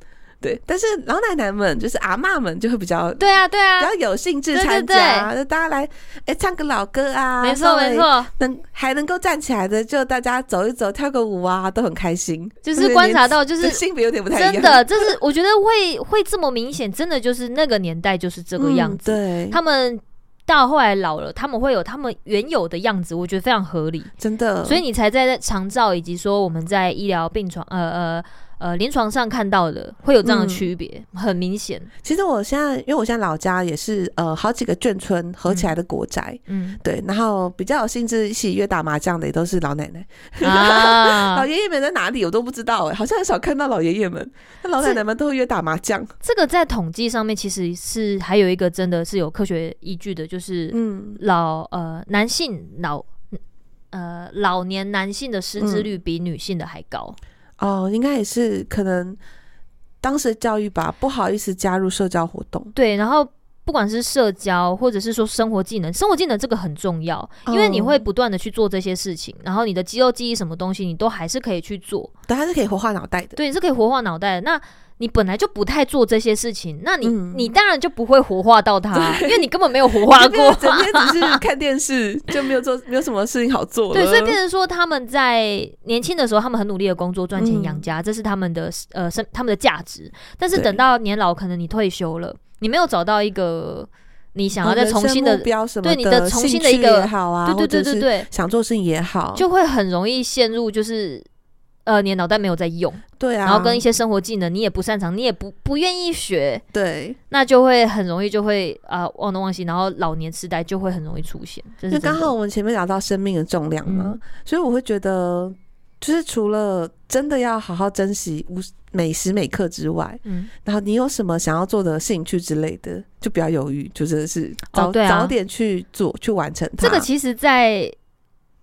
[SPEAKER 2] 对，但是老奶奶们就是阿嬷们就会比较
[SPEAKER 1] 对啊对
[SPEAKER 2] 比
[SPEAKER 1] 啊，
[SPEAKER 2] 较有兴致
[SPEAKER 1] 对对
[SPEAKER 2] 参加，就大家来哎、唱个老歌啊，
[SPEAKER 1] 没
[SPEAKER 2] 稍
[SPEAKER 1] 错
[SPEAKER 2] 微
[SPEAKER 1] 没错，
[SPEAKER 2] 能还能够站起来的，就大家走一走、跳个舞啊，都很开心。
[SPEAKER 1] 就是观察到就
[SPEAKER 2] 就是性别有点不太一样，
[SPEAKER 1] 真 的，这是我觉得会会这么明显，真的就是那个年代就是这个样子。
[SPEAKER 2] 嗯对，
[SPEAKER 1] 他们到后来老了，他们会有他们原有的样子，我觉得非常合理。
[SPEAKER 2] 真的，
[SPEAKER 1] 所以你才在长照以及说我们在医疗病床呃呃呃临床上看到的会有这样的
[SPEAKER 2] 嗯
[SPEAKER 1] 区别，很明显。
[SPEAKER 2] 其实我现在，因为我现在老家也是呃好几个眷村合起来的国宅。
[SPEAKER 1] 嗯
[SPEAKER 2] 对，然后比较有兴致一起约打麻将的也都是老奶奶、
[SPEAKER 1] 啊
[SPEAKER 2] 老，爷爷们在哪里我都不知道哎、好像很少看到老爷爷们，那老奶奶们都会约打麻将。
[SPEAKER 1] 这个在统计上面其实是还有一个真的是有科学依据的，就是
[SPEAKER 2] 嗯，
[SPEAKER 1] 老呃男性老呃老年男性的失
[SPEAKER 2] 嗯
[SPEAKER 1] 智率比女性的还高。
[SPEAKER 2] 哦，应该也是可能当时的教育吧，不好意思加入社交活动，
[SPEAKER 1] 对，然后。不管是社交，或者是说生活技能，生活技能这个很重要，因为你
[SPEAKER 2] 哦
[SPEAKER 1] 会不断的去做这些事情，然后你的肌肉记忆什么东西，你都还是可以去做。
[SPEAKER 2] 对，还是可以活化脑袋的。
[SPEAKER 1] 对，你是可以活化脑袋的。那你本来就不太做这些事情，那你、
[SPEAKER 2] 嗯
[SPEAKER 1] 你当然就不会活化到它，因为你根本没有活 化
[SPEAKER 2] 就变
[SPEAKER 1] 过
[SPEAKER 2] 成。整天只是看电视，就没有做，没有什么事情好做了。
[SPEAKER 1] 对，所以变成说他们在年轻的时候，他们很努力的工作赚钱养
[SPEAKER 2] 嗯
[SPEAKER 1] 家，这是他们的呃生他们的价值。但是等
[SPEAKER 2] 对
[SPEAKER 1] 到年老，可能你退休了，你没有找到一个你想要再重新
[SPEAKER 2] 哦人生
[SPEAKER 1] 的
[SPEAKER 2] 目，标什么
[SPEAKER 1] 对你的重新的一个
[SPEAKER 2] 兴趣也好啊，
[SPEAKER 1] 对对对对
[SPEAKER 2] 或者
[SPEAKER 1] 对
[SPEAKER 2] 是，哦想做的事情也好，
[SPEAKER 1] 就会很容易陷入就是。呃，你的脑袋没有在用，
[SPEAKER 2] 对啊，
[SPEAKER 1] 然后跟一些生活技能你也不擅长，你也不不愿意学，
[SPEAKER 2] 对，
[SPEAKER 1] 那就会很容易就会啊、呃忘东忘西，然后老年痴呆就会很容易出现。这
[SPEAKER 2] 因
[SPEAKER 1] 是真
[SPEAKER 2] 为刚
[SPEAKER 1] 的
[SPEAKER 2] 好我们前面聊到生命的重量嘛，
[SPEAKER 1] 嗯
[SPEAKER 2] 所以我会觉得，就是除了真的要好好珍惜无每时每刻之外，
[SPEAKER 1] 嗯，
[SPEAKER 2] 然后你有什么想要做的兴趣之类的，就不要犹豫，就真的是早、
[SPEAKER 1] 哦对啊
[SPEAKER 2] 早点去做，去完成
[SPEAKER 1] 这
[SPEAKER 2] 它。
[SPEAKER 1] 个其实在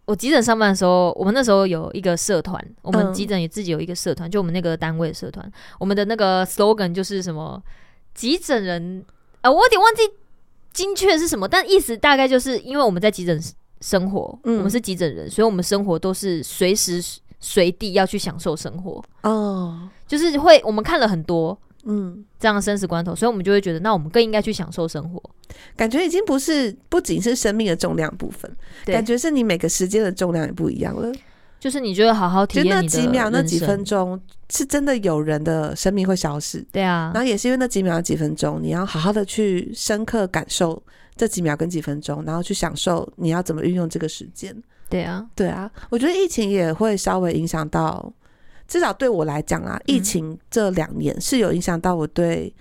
[SPEAKER 1] 我急诊上班的时候，我们那时候有一个社团，我们
[SPEAKER 2] 嗯
[SPEAKER 1] 急诊也自己有一个社团，就我们那个单位的社团，我们的那个 slogan 就是什么急诊人，呃，我有点忘记精确是什么，但意思大概就是因为我们在急诊生活，
[SPEAKER 2] 嗯
[SPEAKER 1] 我们是急诊人，所以我们生活都是随时随地要去享受生活，
[SPEAKER 2] 哦，
[SPEAKER 1] 就是会我们看了很多，
[SPEAKER 2] 嗯，
[SPEAKER 1] 这样的生死关头，所以我们就会觉得，那我们更应该去享受生活。
[SPEAKER 2] 感觉已经不是不仅是生命的重量部分，
[SPEAKER 1] 对
[SPEAKER 2] 感觉是你每个时间的重量也不一样了。
[SPEAKER 1] 就是你就会好好体
[SPEAKER 2] 就
[SPEAKER 1] 验
[SPEAKER 2] 那
[SPEAKER 1] 你的
[SPEAKER 2] 几秒、那
[SPEAKER 1] 人
[SPEAKER 2] 几
[SPEAKER 1] 生
[SPEAKER 2] 分，钟，是真的有人的生命会消失。
[SPEAKER 1] 对啊
[SPEAKER 2] 然，后也是因为那几秒、几分钟，你要好好的去深刻感受这几秒跟几分钟，然后去享受你要怎么运用这个时间。
[SPEAKER 1] 对啊，
[SPEAKER 2] 对啊，我觉得疫情也会稍微影响到，至少对我来讲啦，啊疫
[SPEAKER 1] 嗯
[SPEAKER 2] 情这两年是有影响到我对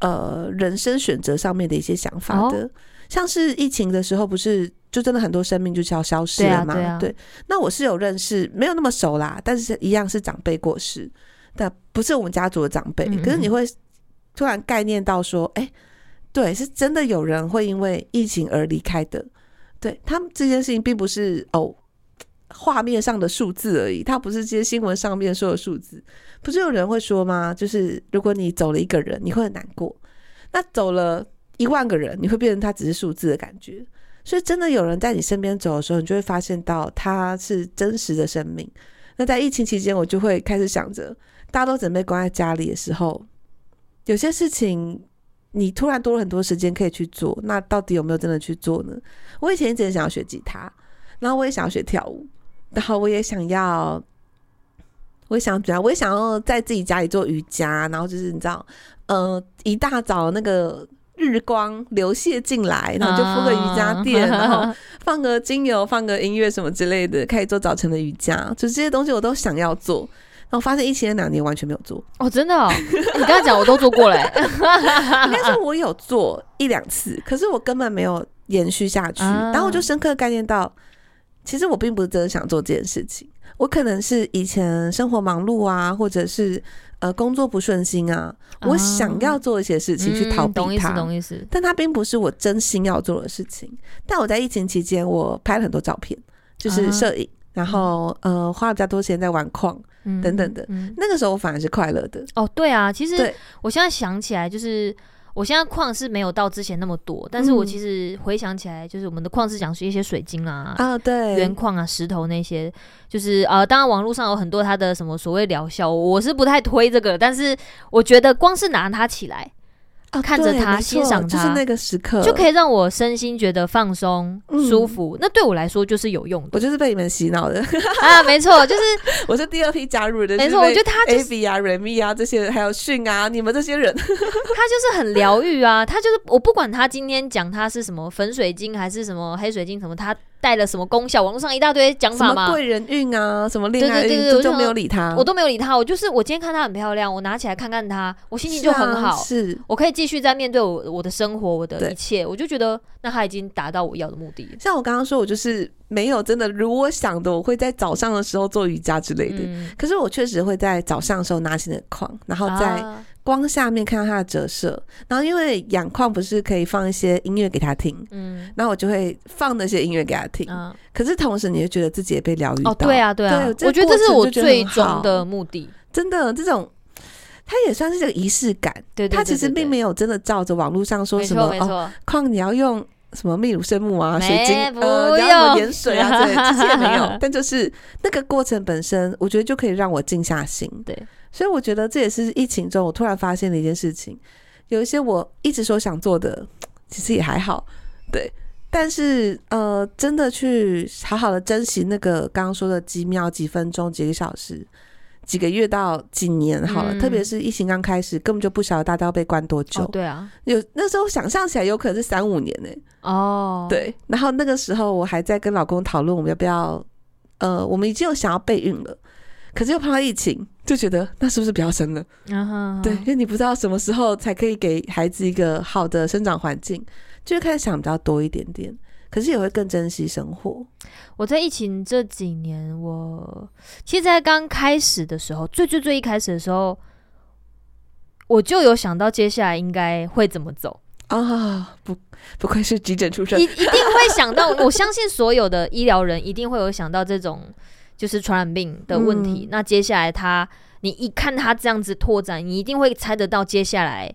[SPEAKER 2] 呃人生选择上面的一些想法
[SPEAKER 1] 哦
[SPEAKER 2] 的。像是疫情的时候，不是就真的很多生命就是要消失了嘛？
[SPEAKER 1] 对啊对啊
[SPEAKER 2] 那我是有认识，没有那么熟啦，但是一样是长辈过世，但不是我们家族的长辈。
[SPEAKER 1] 嗯嗯
[SPEAKER 2] 可是你会突然概念到说，哎、对，是真的有人会因为疫情而离开的。对他们这件事情并不是哦画面上的数字而已，它不是这些新闻上面说的数字。不是有人会说吗？就是如果你走了一个人，你会很难过；那走了一万个人，你会变成他只是数字的感觉。所以真的有人在你身边走的时候，你就会发现到他是真实的生命。那在疫情期间，我就会开始想着，大家都准备关在家里的时候，有些事情你突然多了很多时间可以去做，那到底有没有真的去做呢？我以前一直很想要学吉他，然后我也想要学跳舞，然后我也想要，我也想怎样，我也想要在自己家里做瑜伽，然后就是你知道，呃，一大早那个日光流泻进来，然后就敷个瑜伽
[SPEAKER 1] 嗯
[SPEAKER 2] 垫，然后放个精油，放个音乐什么之类的，开始做早晨的瑜伽，就这些东西我都想要做。然后发现一七两年完全没有做，
[SPEAKER 1] 哦，真的、哦，你刚刚讲我都做过嘞、
[SPEAKER 2] 应该说我有做一两次，可是我根本没有延续下去。
[SPEAKER 1] 啊
[SPEAKER 2] 然后我就深刻地概念到，其实我并不是真的想做这件事情，我可能是以前生活忙碌啊，或者是呃工作不顺心啊，我想要 做一些事情去逃
[SPEAKER 1] 嗯懂
[SPEAKER 2] 避
[SPEAKER 1] 意
[SPEAKER 2] 它。
[SPEAKER 1] 思，懂意思。
[SPEAKER 2] 但它并不是我真心要做的事情。但我在疫情期间，我拍了很多照片，
[SPEAKER 1] 啊
[SPEAKER 2] 就是摄影，然后呃花了比较多时间在玩矿。
[SPEAKER 1] 嗯
[SPEAKER 2] 等等的
[SPEAKER 1] 嗯
[SPEAKER 2] 那个时候我反而是快乐的，
[SPEAKER 1] 哦，对啊，其实
[SPEAKER 2] 对
[SPEAKER 1] 我现在想起来，就是我现在矿是没有到之前那么多，但是我
[SPEAKER 2] 嗯
[SPEAKER 1] 其实回想起来，就是我们的矿是讲是一些水晶啊。
[SPEAKER 2] 啊，对，
[SPEAKER 1] 原矿啊，石头那些，就是呃，当然网络上有很多它的什么所谓疗效，我是不太推这个，但是我觉得光是拿它起来，
[SPEAKER 2] 啊
[SPEAKER 1] 哦看着
[SPEAKER 2] 对
[SPEAKER 1] 它
[SPEAKER 2] 没
[SPEAKER 1] 欣
[SPEAKER 2] 错
[SPEAKER 1] 赏
[SPEAKER 2] 就是
[SPEAKER 1] 它
[SPEAKER 2] 那个时刻
[SPEAKER 1] 就可以让我身心觉得放松、
[SPEAKER 2] 呃嗯
[SPEAKER 1] 舒服，那对我来说就是有用的
[SPEAKER 2] 我就是被你们洗脑的，
[SPEAKER 1] 啊，没错，就是
[SPEAKER 2] 我是第二批加入的。
[SPEAKER 1] 没错，我觉得
[SPEAKER 2] 得
[SPEAKER 1] 它就
[SPEAKER 2] A
[SPEAKER 1] 是
[SPEAKER 2] B 啊、Remy 啊这些，还有迅啊，你们这些人，
[SPEAKER 1] 它就是很疗愈啊，它就是我不管它今天讲它是什么粉水晶还是什么黑水晶什么，它带了什么功效，网络上一大堆讲
[SPEAKER 2] 什
[SPEAKER 1] 法
[SPEAKER 2] 么啊
[SPEAKER 1] 嘛。
[SPEAKER 2] 贵人运啊，什么恋爱
[SPEAKER 1] 对对对
[SPEAKER 2] 运，
[SPEAKER 1] 对
[SPEAKER 2] 就
[SPEAKER 1] 我就
[SPEAKER 2] 就
[SPEAKER 1] 想
[SPEAKER 2] 没有理他。
[SPEAKER 1] 我都没有理它，我就是我今天看它很漂亮，我拿起来看看它，我心情就很好，
[SPEAKER 2] 是啊是
[SPEAKER 1] 我可以继续在面对我我的生活，我的
[SPEAKER 2] 对
[SPEAKER 1] 一切，我就觉得那它已经达到我要的目的了。
[SPEAKER 2] 像我刚刚说，我就是没有真的如我想的，我会在早上的时候做瑜伽之类的。
[SPEAKER 1] 嗯，
[SPEAKER 2] 可是我确实会在早上的时候拿起那个框，然后在
[SPEAKER 1] 啊
[SPEAKER 2] 光下面看到它的折射。然后因为养框不是可以放一些音乐给他听，
[SPEAKER 1] 嗯
[SPEAKER 2] 然后我就会放那些音乐给他听。
[SPEAKER 1] 啊
[SPEAKER 2] 可是同时你会觉得自己也被疗愈到。
[SPEAKER 1] 哦，对啊对啊，
[SPEAKER 2] 对这
[SPEAKER 1] 我觉得这是
[SPEAKER 2] 过
[SPEAKER 1] 我
[SPEAKER 2] 程就觉得很
[SPEAKER 1] 最终的
[SPEAKER 2] 好
[SPEAKER 1] 目的。
[SPEAKER 2] 真的这种，它也算是这个仪式感。
[SPEAKER 1] 对对对，
[SPEAKER 2] 它其实
[SPEAKER 1] 对对
[SPEAKER 2] 并没有真的照着网络上说
[SPEAKER 1] 没
[SPEAKER 2] 什么
[SPEAKER 1] 错没
[SPEAKER 2] 哦，
[SPEAKER 1] 错，
[SPEAKER 2] 矿你要用什么秘鲁圣木啊、
[SPEAKER 1] 没
[SPEAKER 2] 水晶
[SPEAKER 1] 不
[SPEAKER 2] 呃，你要什
[SPEAKER 1] 用
[SPEAKER 2] 么盐水啊 之类的，其实也没有。但就是那个过程本身，我觉得就可以让我静下心。
[SPEAKER 1] 对，
[SPEAKER 2] 所以我觉得这也是疫情中我突然发现的一件事情，有一些我一直说想做的，其实也还好，对。但是，呃，真的去好好的珍惜那个刚刚说的几秒、几分钟、几个小时、几个月到几年好了。
[SPEAKER 1] 嗯
[SPEAKER 2] 特别是疫情刚开始，根本就不晓得大家要被关多久。
[SPEAKER 1] 哦对啊，
[SPEAKER 2] 有那时候想象起来，有可能是三五年呢、欸
[SPEAKER 1] 哦，
[SPEAKER 2] 对，然后那个时候我还在跟老公讨论我们要不要，呃，我们已经有想要备孕了，可是又碰到疫情，就觉得那是不是不要生了？
[SPEAKER 1] 嗯哼，
[SPEAKER 2] 对，因为你不知道什么时候才可以给孩子一个好的生长环境，就会开始想比较多一点点，可是也会更珍惜生活。
[SPEAKER 1] 我在疫情这几年，我其实，在刚开始的时候，最最最一开始的时候，我就有想到接下来应该会怎么走，
[SPEAKER 2] 啊、不，不愧是急诊出身
[SPEAKER 1] 一一，定会想到。我相信所有的医疗人一定会有想到这种就是传染病的问题。
[SPEAKER 2] 嗯
[SPEAKER 1] 那接下来他，你一看他这样子拓展，你一定会猜得到接下来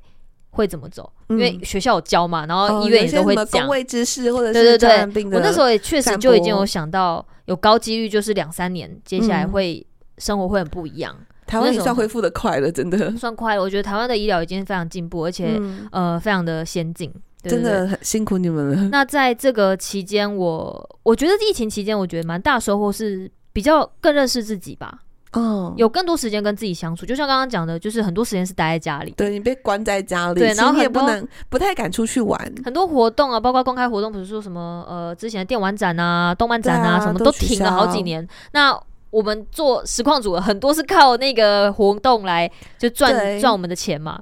[SPEAKER 1] 会怎么走，
[SPEAKER 2] 嗯
[SPEAKER 1] 因为学校有教嘛，然后
[SPEAKER 2] 哦
[SPEAKER 1] 医院
[SPEAKER 2] 有
[SPEAKER 1] 也
[SPEAKER 2] 些
[SPEAKER 1] 都会
[SPEAKER 2] 什么
[SPEAKER 1] 讲
[SPEAKER 2] 工。位知识或者
[SPEAKER 1] 对对
[SPEAKER 2] 是
[SPEAKER 1] 对
[SPEAKER 2] 传染病的，
[SPEAKER 1] 我那时候也确实
[SPEAKER 2] 散
[SPEAKER 1] 就已经
[SPEAKER 2] 播
[SPEAKER 1] 有想到，有高几率就是两三年，接下来
[SPEAKER 2] 嗯
[SPEAKER 1] 会、生活会很不一样。
[SPEAKER 2] 台湾
[SPEAKER 1] 那
[SPEAKER 2] 也
[SPEAKER 1] 种
[SPEAKER 2] 算恢复的快了，真的，
[SPEAKER 1] 算快了，我觉得台湾的医疗已经非常进步，而且、
[SPEAKER 2] 嗯、
[SPEAKER 1] 呃非常的先进，对
[SPEAKER 2] 真。
[SPEAKER 1] 对对
[SPEAKER 2] 的很辛苦你们了。
[SPEAKER 1] 那在这个期间，我我觉得疫情期间，我觉得蛮大收获是比较更认识自己吧，
[SPEAKER 2] 哦，
[SPEAKER 1] 有更多时间跟自己相处。就像刚刚讲的，就是很多时间是待在家里，
[SPEAKER 2] 对你被关在家里，
[SPEAKER 1] 对
[SPEAKER 2] 其实
[SPEAKER 1] 然后
[SPEAKER 2] 你也
[SPEAKER 1] 很多
[SPEAKER 2] 不能不太敢出去玩，
[SPEAKER 1] 很多活动啊，包括公开活动，比如说什么呃之前的电玩展啊、动漫展
[SPEAKER 2] 对啊
[SPEAKER 1] 什么
[SPEAKER 2] 都
[SPEAKER 1] 都
[SPEAKER 2] 取
[SPEAKER 1] 停了
[SPEAKER 2] 消
[SPEAKER 1] 好几年。那我们做实况组的很多是靠那个活动来就赚
[SPEAKER 2] 对
[SPEAKER 1] 赚我们的钱嘛，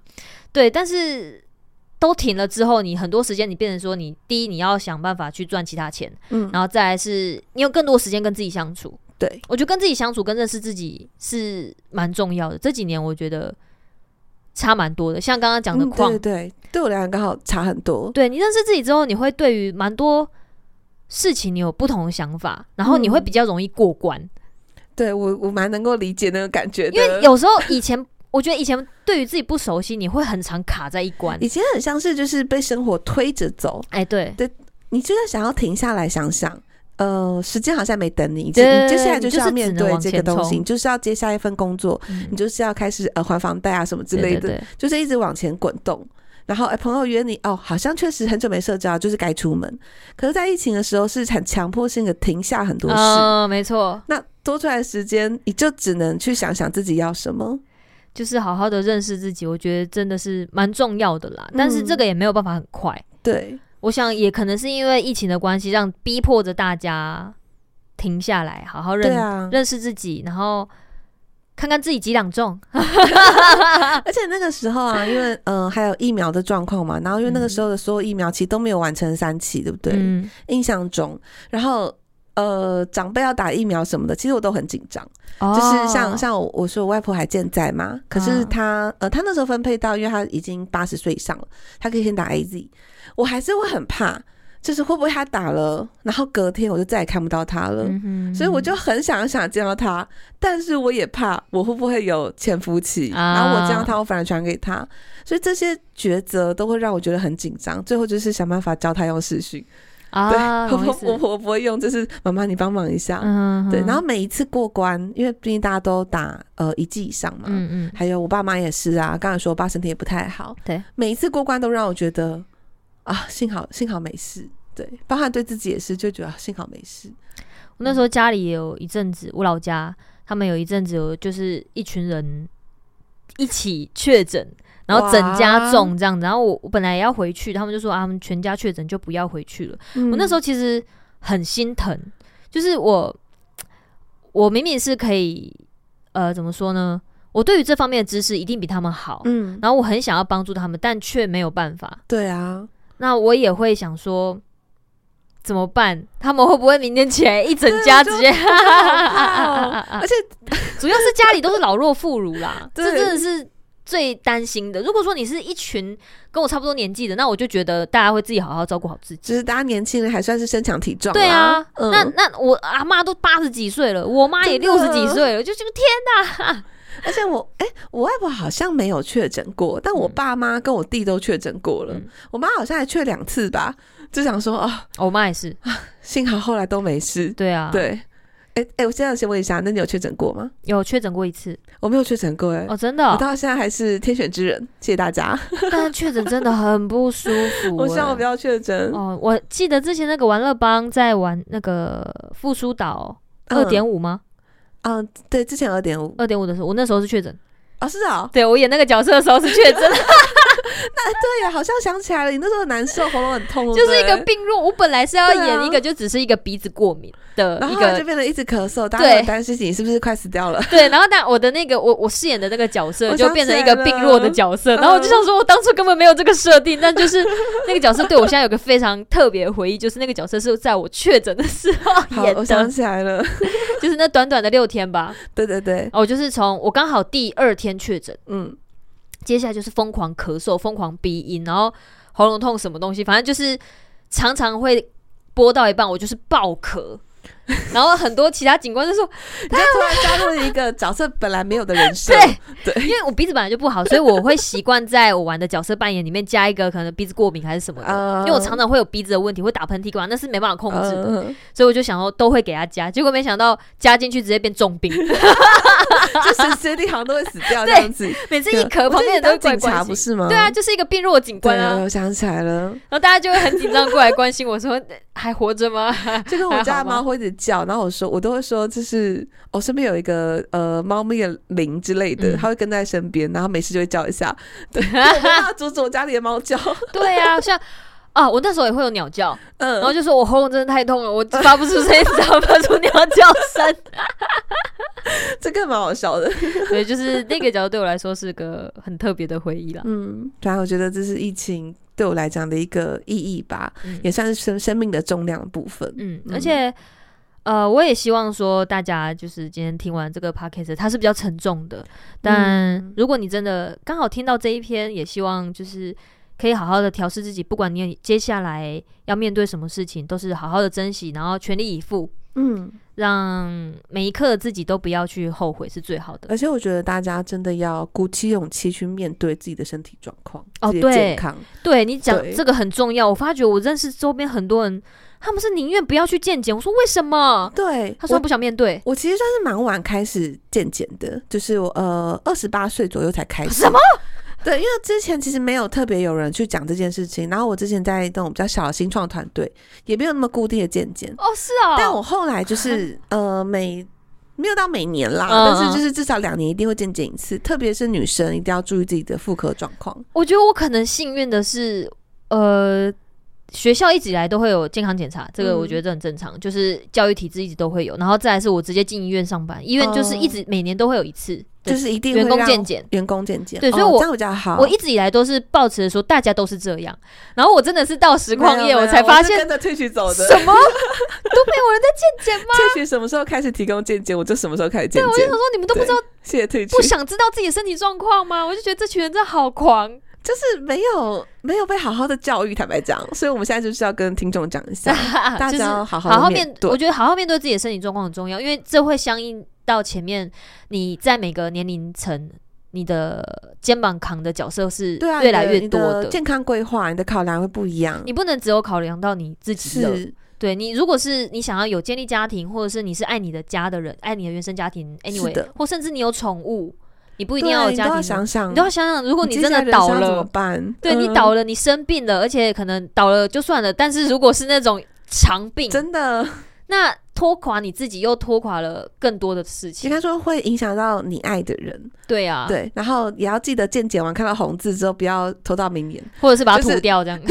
[SPEAKER 1] 对，但是。都停了之后，你很多时间你变成说你，第一你要想办法去赚其他钱，
[SPEAKER 2] 嗯，
[SPEAKER 1] 然后再来是你有更多时间跟自己相处。
[SPEAKER 2] 对，
[SPEAKER 1] 我觉得跟自己相处、跟认识自己是蛮重要的。这几年我觉得差蛮多的，像刚刚讲的啊
[SPEAKER 2] 嗯
[SPEAKER 1] 矿
[SPEAKER 2] 对对对，对我来讲刚好差很多，
[SPEAKER 1] 对你认识自己之后，你会对于蛮多事情你有不同的想法，然后你
[SPEAKER 2] 嗯
[SPEAKER 1] 会比较容易过关。
[SPEAKER 2] 对我我蛮能够理解那个感觉的，
[SPEAKER 1] 因为有时候以前， 我觉得以前对于自己不熟悉，你会很常卡在一关。
[SPEAKER 2] 以前很像是就是被生活推着走，
[SPEAKER 1] 哎，对，
[SPEAKER 2] 你就算想要停下来想想。呃，时间好像没等你，你
[SPEAKER 1] 对对
[SPEAKER 2] 接
[SPEAKER 1] 对
[SPEAKER 2] 下来
[SPEAKER 1] 你就
[SPEAKER 2] 就
[SPEAKER 1] 是是
[SPEAKER 2] 要
[SPEAKER 1] 只
[SPEAKER 2] 面
[SPEAKER 1] 能
[SPEAKER 2] 对
[SPEAKER 1] 往
[SPEAKER 2] 这个
[SPEAKER 1] 前
[SPEAKER 2] 东西，
[SPEAKER 1] 冲
[SPEAKER 2] 你就是要接下一份工作，
[SPEAKER 1] 嗯
[SPEAKER 2] 你就是要开始呃还房贷啊什么之类的，
[SPEAKER 1] 对对对
[SPEAKER 2] 就是一直往前滚动。然后哎、朋友约你哦，好像确实很久没社交，就是该出门。可是，在疫情的时候是很强迫性的停下很多事，
[SPEAKER 1] 嗯、没错，
[SPEAKER 2] 那多出来的时间，你就只能去想想自己要什么。
[SPEAKER 1] 就是好好的认识自己，我觉得真的是蛮重要的啦。但是这个
[SPEAKER 2] 嗯
[SPEAKER 1] 也没有办法很快，
[SPEAKER 2] 对，
[SPEAKER 1] 我想也可能是因为疫情的关系，让逼迫着大家停下来，好好认、
[SPEAKER 2] 对啊，
[SPEAKER 1] 认识自己，然后看看自己几两重。
[SPEAKER 2] 而且那个时候 啊，因为嗯、呃还有疫苗的状况嘛，然后因为那个时候的所有疫苗其实都没有完成三期，对不对？
[SPEAKER 1] 嗯，
[SPEAKER 2] 印象中，然后呃，长辈要打疫苗什么的，其实我都很紧张。
[SPEAKER 1] 就
[SPEAKER 2] 就是像像我我说我外婆还健在嘛，可是
[SPEAKER 1] 哦嗯
[SPEAKER 2] 她、呃她那时候分配到，因为她已经八十岁以上了，她可以先打 A Z，我还是会很怕，就是会不会她打了，然后隔天我就再也看不到她了。
[SPEAKER 1] 嗯
[SPEAKER 2] 呃所以我就很想很想见到她，但是我也怕我会不会有潜伏期，
[SPEAKER 1] 啊
[SPEAKER 2] 然后我见到她，我反而传给她，所以这些抉择都会让我觉得很紧张。最后就是想办法教她用视讯，对，
[SPEAKER 1] 啊，
[SPEAKER 2] 我
[SPEAKER 1] 懂意
[SPEAKER 2] 婆
[SPEAKER 1] 思
[SPEAKER 2] 我婆不会用，就是妈妈你帮忙一下，
[SPEAKER 1] 嗯，
[SPEAKER 2] 对，然
[SPEAKER 1] 后
[SPEAKER 2] 后每一次过关，因为毕竟大家都打呃一剂以上嘛，
[SPEAKER 1] 嗯嗯，
[SPEAKER 2] 还有我爸妈也是啊，刚才说我爸身体也不太好，
[SPEAKER 1] 对，
[SPEAKER 2] 每一次过关都让我觉得啊，幸好幸好没事，对，包含对自己也是，就觉得啊幸好没事，
[SPEAKER 1] 我那时候家里也有一阵子，我老家他们有一阵子有就是一群人一起确诊，然后整家
[SPEAKER 2] 哇
[SPEAKER 1] 中这样子。然后我我本来也要回去，他们就说啊，他们全家确诊就不要回去了。
[SPEAKER 2] 嗯
[SPEAKER 1] 我那时
[SPEAKER 2] 候
[SPEAKER 1] 候其实很心疼，就是我我明明是可以呃怎么说呢？我对于这方面的知识一定比他们好，
[SPEAKER 2] 嗯，
[SPEAKER 1] 然后我很想要帮助他们，但却没有办法。
[SPEAKER 2] 对啊，
[SPEAKER 1] 那我也会想说。怎么办？他们会不会明天起来一整家
[SPEAKER 2] 对
[SPEAKER 1] 直
[SPEAKER 2] 我就
[SPEAKER 1] 接？啊
[SPEAKER 2] 而且
[SPEAKER 1] 主要是家里都是老弱妇孺啦，这
[SPEAKER 2] 哦 对
[SPEAKER 1] 真的是最担心的。如果说你是一群跟我差不多年纪的，那我就觉得大家会自己好好照顾好自己。
[SPEAKER 2] 就是大家年轻人还算是身强体壮啦，
[SPEAKER 1] 对啊，
[SPEAKER 2] 嗯
[SPEAKER 1] 那那我阿妈都八十几岁了，我妈也
[SPEAKER 2] 真
[SPEAKER 1] 六
[SPEAKER 2] 的啊
[SPEAKER 1] 十几岁了，就这个天，
[SPEAKER 2] 而且我哎、我外婆好像没有确诊过，但我
[SPEAKER 1] 嗯
[SPEAKER 2] 爸妈跟我弟都确诊过了，
[SPEAKER 1] 嗯
[SPEAKER 2] 我妈好像还确两次吧，就想说啊。
[SPEAKER 1] 哦我妈也是，
[SPEAKER 2] 幸好后来都没事。
[SPEAKER 1] 对啊，，
[SPEAKER 2] 对，哎、哎、我现在先问一下，那你有确诊过吗？
[SPEAKER 1] 有确诊过一次
[SPEAKER 2] 我没有确诊过、哎、
[SPEAKER 1] 哦，真的
[SPEAKER 2] 我
[SPEAKER 1] 哦、
[SPEAKER 2] 到现在还是天选之人，谢谢大家。
[SPEAKER 1] 但是确诊真的很不舒服、
[SPEAKER 2] 我希望我不
[SPEAKER 1] 哎
[SPEAKER 2] 要确诊。
[SPEAKER 1] 哦，我记得之前那个玩乐帮在玩那个复苏岛
[SPEAKER 2] 嗯
[SPEAKER 1] 二点五吗？
[SPEAKER 2] 啊，对，之前二点五
[SPEAKER 1] 二点五的时候，我那时候是确诊，
[SPEAKER 2] 啊，是啊、
[SPEAKER 1] 对我演那个角色的时候是确诊。
[SPEAKER 2] 对呀，好像想起来了，你那时候很难受，喉咙很痛，对
[SPEAKER 1] 就
[SPEAKER 2] 不
[SPEAKER 1] 是
[SPEAKER 2] 对
[SPEAKER 1] 一个。病弱。我本来是要
[SPEAKER 2] 对啊
[SPEAKER 1] 演一个，就只是一个鼻子过敏的
[SPEAKER 2] 然
[SPEAKER 1] 一
[SPEAKER 2] 后后来就
[SPEAKER 1] 个。
[SPEAKER 2] 变得一直咳嗽，大家
[SPEAKER 1] 对
[SPEAKER 2] 很担心你是不是快死 掉了。
[SPEAKER 1] 对，然后但我的那个我我饰演的那个角色
[SPEAKER 2] 我
[SPEAKER 1] 就
[SPEAKER 2] 想
[SPEAKER 1] 变成
[SPEAKER 2] 起
[SPEAKER 1] 一
[SPEAKER 2] 来
[SPEAKER 1] 个病弱的
[SPEAKER 2] 了嗯
[SPEAKER 1] 角色，然后我就想说，我当初根本没有这个设定，但就是那个角色对我现在有个非常特别的回忆，就是那个角色是在我确诊的时候
[SPEAKER 2] 好
[SPEAKER 1] 演，
[SPEAKER 2] 我想
[SPEAKER 1] 的，
[SPEAKER 2] 起来了，
[SPEAKER 1] 就是那短短的六天吧。
[SPEAKER 2] 对对对，
[SPEAKER 1] 哦，就是从我刚好第二天确诊，
[SPEAKER 2] 嗯，
[SPEAKER 1] 接下来就是疯狂咳嗽、疯狂鼻音，然后喉咙痛什么东西，反正就是常常会播到一半，我就是爆咳。 然后很多其他警官就说
[SPEAKER 2] 你就突然加入了一个角色本来没有的人：“设，
[SPEAKER 1] 对，因
[SPEAKER 2] 对
[SPEAKER 1] 为我鼻子本来就不好，所以我会习惯在我玩的角色扮演里面加一个可能鼻子过敏还是什么的，
[SPEAKER 2] 啊
[SPEAKER 1] 因为我常常会有鼻子的问题，会打喷嚏干嘛，那是没办法控制的，
[SPEAKER 2] 嗯
[SPEAKER 1] 所以我就想说都会给他加，结果没想到加进去直接变重 病，
[SPEAKER 2] 就随时随地好像都会死 掉这样子。啊
[SPEAKER 1] 每次一咳
[SPEAKER 2] 我
[SPEAKER 1] 旁边
[SPEAKER 2] 记得你
[SPEAKER 1] 人都会
[SPEAKER 2] 当
[SPEAKER 1] 怪
[SPEAKER 2] 警察
[SPEAKER 1] 关
[SPEAKER 2] 不
[SPEAKER 1] 心，
[SPEAKER 2] 是吗？
[SPEAKER 1] 对啊，就是一个病弱的警官
[SPEAKER 2] 对，
[SPEAKER 1] 啊，
[SPEAKER 2] 我想起来了，
[SPEAKER 1] 然后大家就会很紧张过来关心我说哎还活着吗？
[SPEAKER 2] 就跟我
[SPEAKER 1] 啊还
[SPEAKER 2] 家
[SPEAKER 1] 好
[SPEAKER 2] 的
[SPEAKER 1] 吗
[SPEAKER 2] 猫会一直叫，然后我说我都会说，就是我、身边有一个呃猫咪的铃之类的，
[SPEAKER 1] 嗯
[SPEAKER 2] 它会跟在身边，然后没事就会叫一下， 对，因为我没办法阻止我家里的猫叫，
[SPEAKER 1] 对啊，像啊，我那时候也会有鸟叫，然后
[SPEAKER 2] 嗯，
[SPEAKER 1] 就说我喉咙真的太痛了，我发不出声音，只好发出鸟叫声。
[SPEAKER 2] 这个蛮好 笑的，
[SPEAKER 1] 对，就是那个角度对我来说是个很特别的回忆啦。
[SPEAKER 2] 嗯，反正我觉得这是疫情对我来讲的一个意义吧，
[SPEAKER 1] 嗯
[SPEAKER 2] 也算是生生命的重量的部分，
[SPEAKER 1] 嗯，
[SPEAKER 2] 嗯
[SPEAKER 1] 而且。呃，我也希望说大家就是今天听完这个 podcast，它是比较沉重的。但
[SPEAKER 2] 嗯
[SPEAKER 1] 如果你真的刚好听到这一篇，也希望就是可以好好的调试自己，不管你接下来要面对什么事情，都是好好的珍惜，然后全力以赴，
[SPEAKER 2] 嗯，
[SPEAKER 1] 让每一刻自己都不要去后悔是最好的。
[SPEAKER 2] 而且我觉得大家真的要鼓起勇气去面对自己的身体状况，
[SPEAKER 1] 哦
[SPEAKER 2] 自己的
[SPEAKER 1] 对
[SPEAKER 2] 健康，
[SPEAKER 1] 对你讲
[SPEAKER 2] 对
[SPEAKER 1] 这个很重要，我发觉我认识周边很多人，他们是宁愿不要去健检。我说为什么？
[SPEAKER 2] 对，
[SPEAKER 1] 他说他不想面对。
[SPEAKER 2] 我其实算是蛮晚开始健检的，就是我呃二十八岁左右才开始。
[SPEAKER 1] 什么？
[SPEAKER 2] 对，因为之前其实没有特别有人去讲这件事情，然后我之前在那种比较小的新创
[SPEAKER 1] 哦
[SPEAKER 2] 团队，也没有那么固定的健检。
[SPEAKER 1] 哦，是哦。
[SPEAKER 2] 但我后来就是呃每没有到每年啦，
[SPEAKER 1] 嗯
[SPEAKER 2] 但是就是至少两年一定会健检一次，特别是女生一定要注意自己的妇科状况。
[SPEAKER 1] 我觉得我可能幸运的是，呃，学校一直以来都会有健康检查，这个
[SPEAKER 2] 嗯
[SPEAKER 1] 我觉得这很正常，就是教育体制一直都会有。然后再来是我直接进医院上班，医院就是一直每年都会有一次，对
[SPEAKER 2] 就是一定会
[SPEAKER 1] 员工
[SPEAKER 2] 让
[SPEAKER 1] 健检。
[SPEAKER 2] 员工健检，
[SPEAKER 1] 对所以
[SPEAKER 2] 哦
[SPEAKER 1] 我
[SPEAKER 2] 这样比较好。
[SPEAKER 1] 我一直以来都是抱持着说大家都是这样，然后我真的是到实
[SPEAKER 2] 没有
[SPEAKER 1] 况业
[SPEAKER 2] 没有
[SPEAKER 1] 才发现
[SPEAKER 2] 我是跟着退群走的。
[SPEAKER 1] 什么都没有人在健检吗？
[SPEAKER 2] 退群什么时候开始提供健检，我就什么时候开始健
[SPEAKER 1] 对，我就
[SPEAKER 2] 检
[SPEAKER 1] 想。说你们都不知道
[SPEAKER 2] 谢谢退群
[SPEAKER 1] 不，想知道自己的身体状况吗？我就觉得这群人真的好 狂。
[SPEAKER 2] 就是没有没有被好好的教育，坦白讲，所以我们现在就是要跟听众讲 一下，大
[SPEAKER 1] 就是
[SPEAKER 2] 家要好
[SPEAKER 1] 好
[SPEAKER 2] 好
[SPEAKER 1] 好
[SPEAKER 2] 地
[SPEAKER 1] 面，
[SPEAKER 2] 对
[SPEAKER 1] 我。觉得好好面对自己的身体状况很重要，因为这会相应到前面你在每个年龄层，你的肩膀扛的角色是
[SPEAKER 2] 对啊，
[SPEAKER 1] 越来越
[SPEAKER 2] 你
[SPEAKER 1] 多
[SPEAKER 2] 你
[SPEAKER 1] 的。
[SPEAKER 2] 健康规划，你的考量会不一样。
[SPEAKER 1] 你不能只有考量到你自己的，
[SPEAKER 2] 是，
[SPEAKER 1] 对你如果是你想要有建立家庭，或者是你是爱你的家的人，爱你的原生家庭
[SPEAKER 2] 是
[SPEAKER 1] ，anyway，
[SPEAKER 2] 的
[SPEAKER 1] 或甚至你有宠物，你不
[SPEAKER 2] 不
[SPEAKER 1] 一定要有家
[SPEAKER 2] 你都要
[SPEAKER 1] 庭，啊
[SPEAKER 2] 想想，
[SPEAKER 1] 你都要想想，如果
[SPEAKER 2] 嗯
[SPEAKER 1] 你
[SPEAKER 2] 你接
[SPEAKER 1] 真
[SPEAKER 2] 下来
[SPEAKER 1] 的
[SPEAKER 2] 人
[SPEAKER 1] 倒
[SPEAKER 2] 生要怎么
[SPEAKER 1] 了，
[SPEAKER 2] 办？
[SPEAKER 1] 对你
[SPEAKER 2] 嗯
[SPEAKER 1] 倒了，你生病了，而且可能倒了就算了，但是如果是那种长病，
[SPEAKER 2] 真的，
[SPEAKER 1] 那拖垮你自己，又拖垮了更多的事
[SPEAKER 2] 应
[SPEAKER 1] 情。
[SPEAKER 2] 该说会影响到你爱的人，
[SPEAKER 1] 对啊，，
[SPEAKER 2] 对，然后也要记得健检完看到红字之后不要偷到名言，
[SPEAKER 1] 或者是把它
[SPEAKER 2] 就是
[SPEAKER 1] 吐掉这 样。啊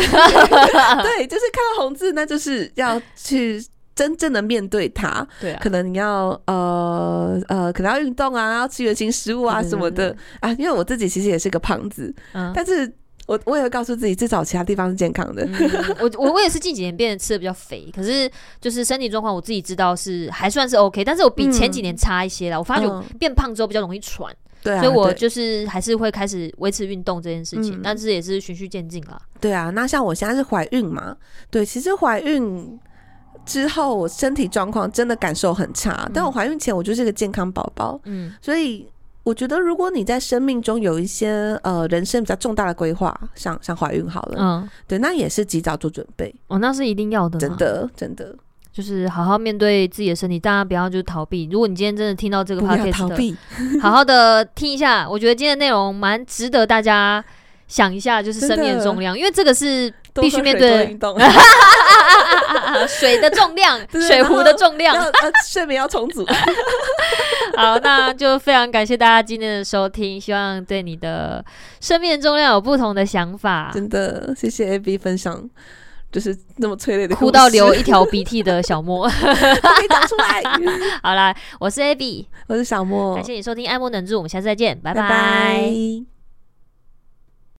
[SPEAKER 2] 对，就是看到红字，那就是要去真正的面对它，
[SPEAKER 1] 对啊，
[SPEAKER 2] 可能你要呃呃，可能要运动啊，要吃原形食物啊
[SPEAKER 1] 对对
[SPEAKER 2] 什么的啊，因为我自己其实也是个胖子，
[SPEAKER 1] 嗯，
[SPEAKER 2] 但是我我也会告诉自己，至少其他地方是健康的，
[SPEAKER 1] 嗯我我我也是近几年变得吃的比较肥，可是就是身体状况我自己知道是还算是 OK，但是我比前几年差一些了。我发觉我
[SPEAKER 2] 嗯
[SPEAKER 1] 变胖之后比较容易喘，
[SPEAKER 2] 对啊，
[SPEAKER 1] 所以我
[SPEAKER 2] 对
[SPEAKER 1] 就是还是会开始维持运动这件事情，
[SPEAKER 2] 嗯
[SPEAKER 1] 但是也是循序渐进啦。
[SPEAKER 2] 对啊，那像我现在是怀孕嘛，对，其实怀孕之后我身体状况真的感受很差，但我怀孕前我就是个健康宝宝，
[SPEAKER 1] 嗯，
[SPEAKER 2] 所以我觉得如果你在生命中有一些呃人生比较重大的规划，像像怀孕好了，
[SPEAKER 1] 嗯，
[SPEAKER 2] 对，那也是及早做准备，
[SPEAKER 1] 哦，那是一定要的，
[SPEAKER 2] 真，的真的
[SPEAKER 1] 就是好好面对自己的身体，大家不要就逃避。如果你今天真的听到这个
[SPEAKER 2] 不要
[SPEAKER 1] podcast，
[SPEAKER 2] 逃避，
[SPEAKER 1] 好好的听一下，我觉得今天的内容蛮值得大家想一下，就是生命的重量，因为这个是啊
[SPEAKER 2] 多
[SPEAKER 1] 必须
[SPEAKER 2] 喝
[SPEAKER 1] 面
[SPEAKER 2] 水多
[SPEAKER 1] 对
[SPEAKER 2] 运动，
[SPEAKER 1] 水的重量，
[SPEAKER 2] 对啊
[SPEAKER 1] 水壶的重
[SPEAKER 2] 要
[SPEAKER 1] 量。
[SPEAKER 2] 要呃睡眠要充足，啊
[SPEAKER 1] 好，那就非常感谢大家今天的收听，希望对你的生命的重量有不同的想法。
[SPEAKER 2] 真的谢谢 A B 分享，就是那么催泪的
[SPEAKER 1] 哭
[SPEAKER 2] 故
[SPEAKER 1] 到
[SPEAKER 2] 事
[SPEAKER 1] 流 一条鼻涕的小莫，
[SPEAKER 2] 都可以讲出来，
[SPEAKER 1] 好啦，我是 Abby，
[SPEAKER 2] 我是小莫
[SPEAKER 1] 感，谢你收听《爱莫能助》，我们下次再见，拜
[SPEAKER 2] 哦拜拜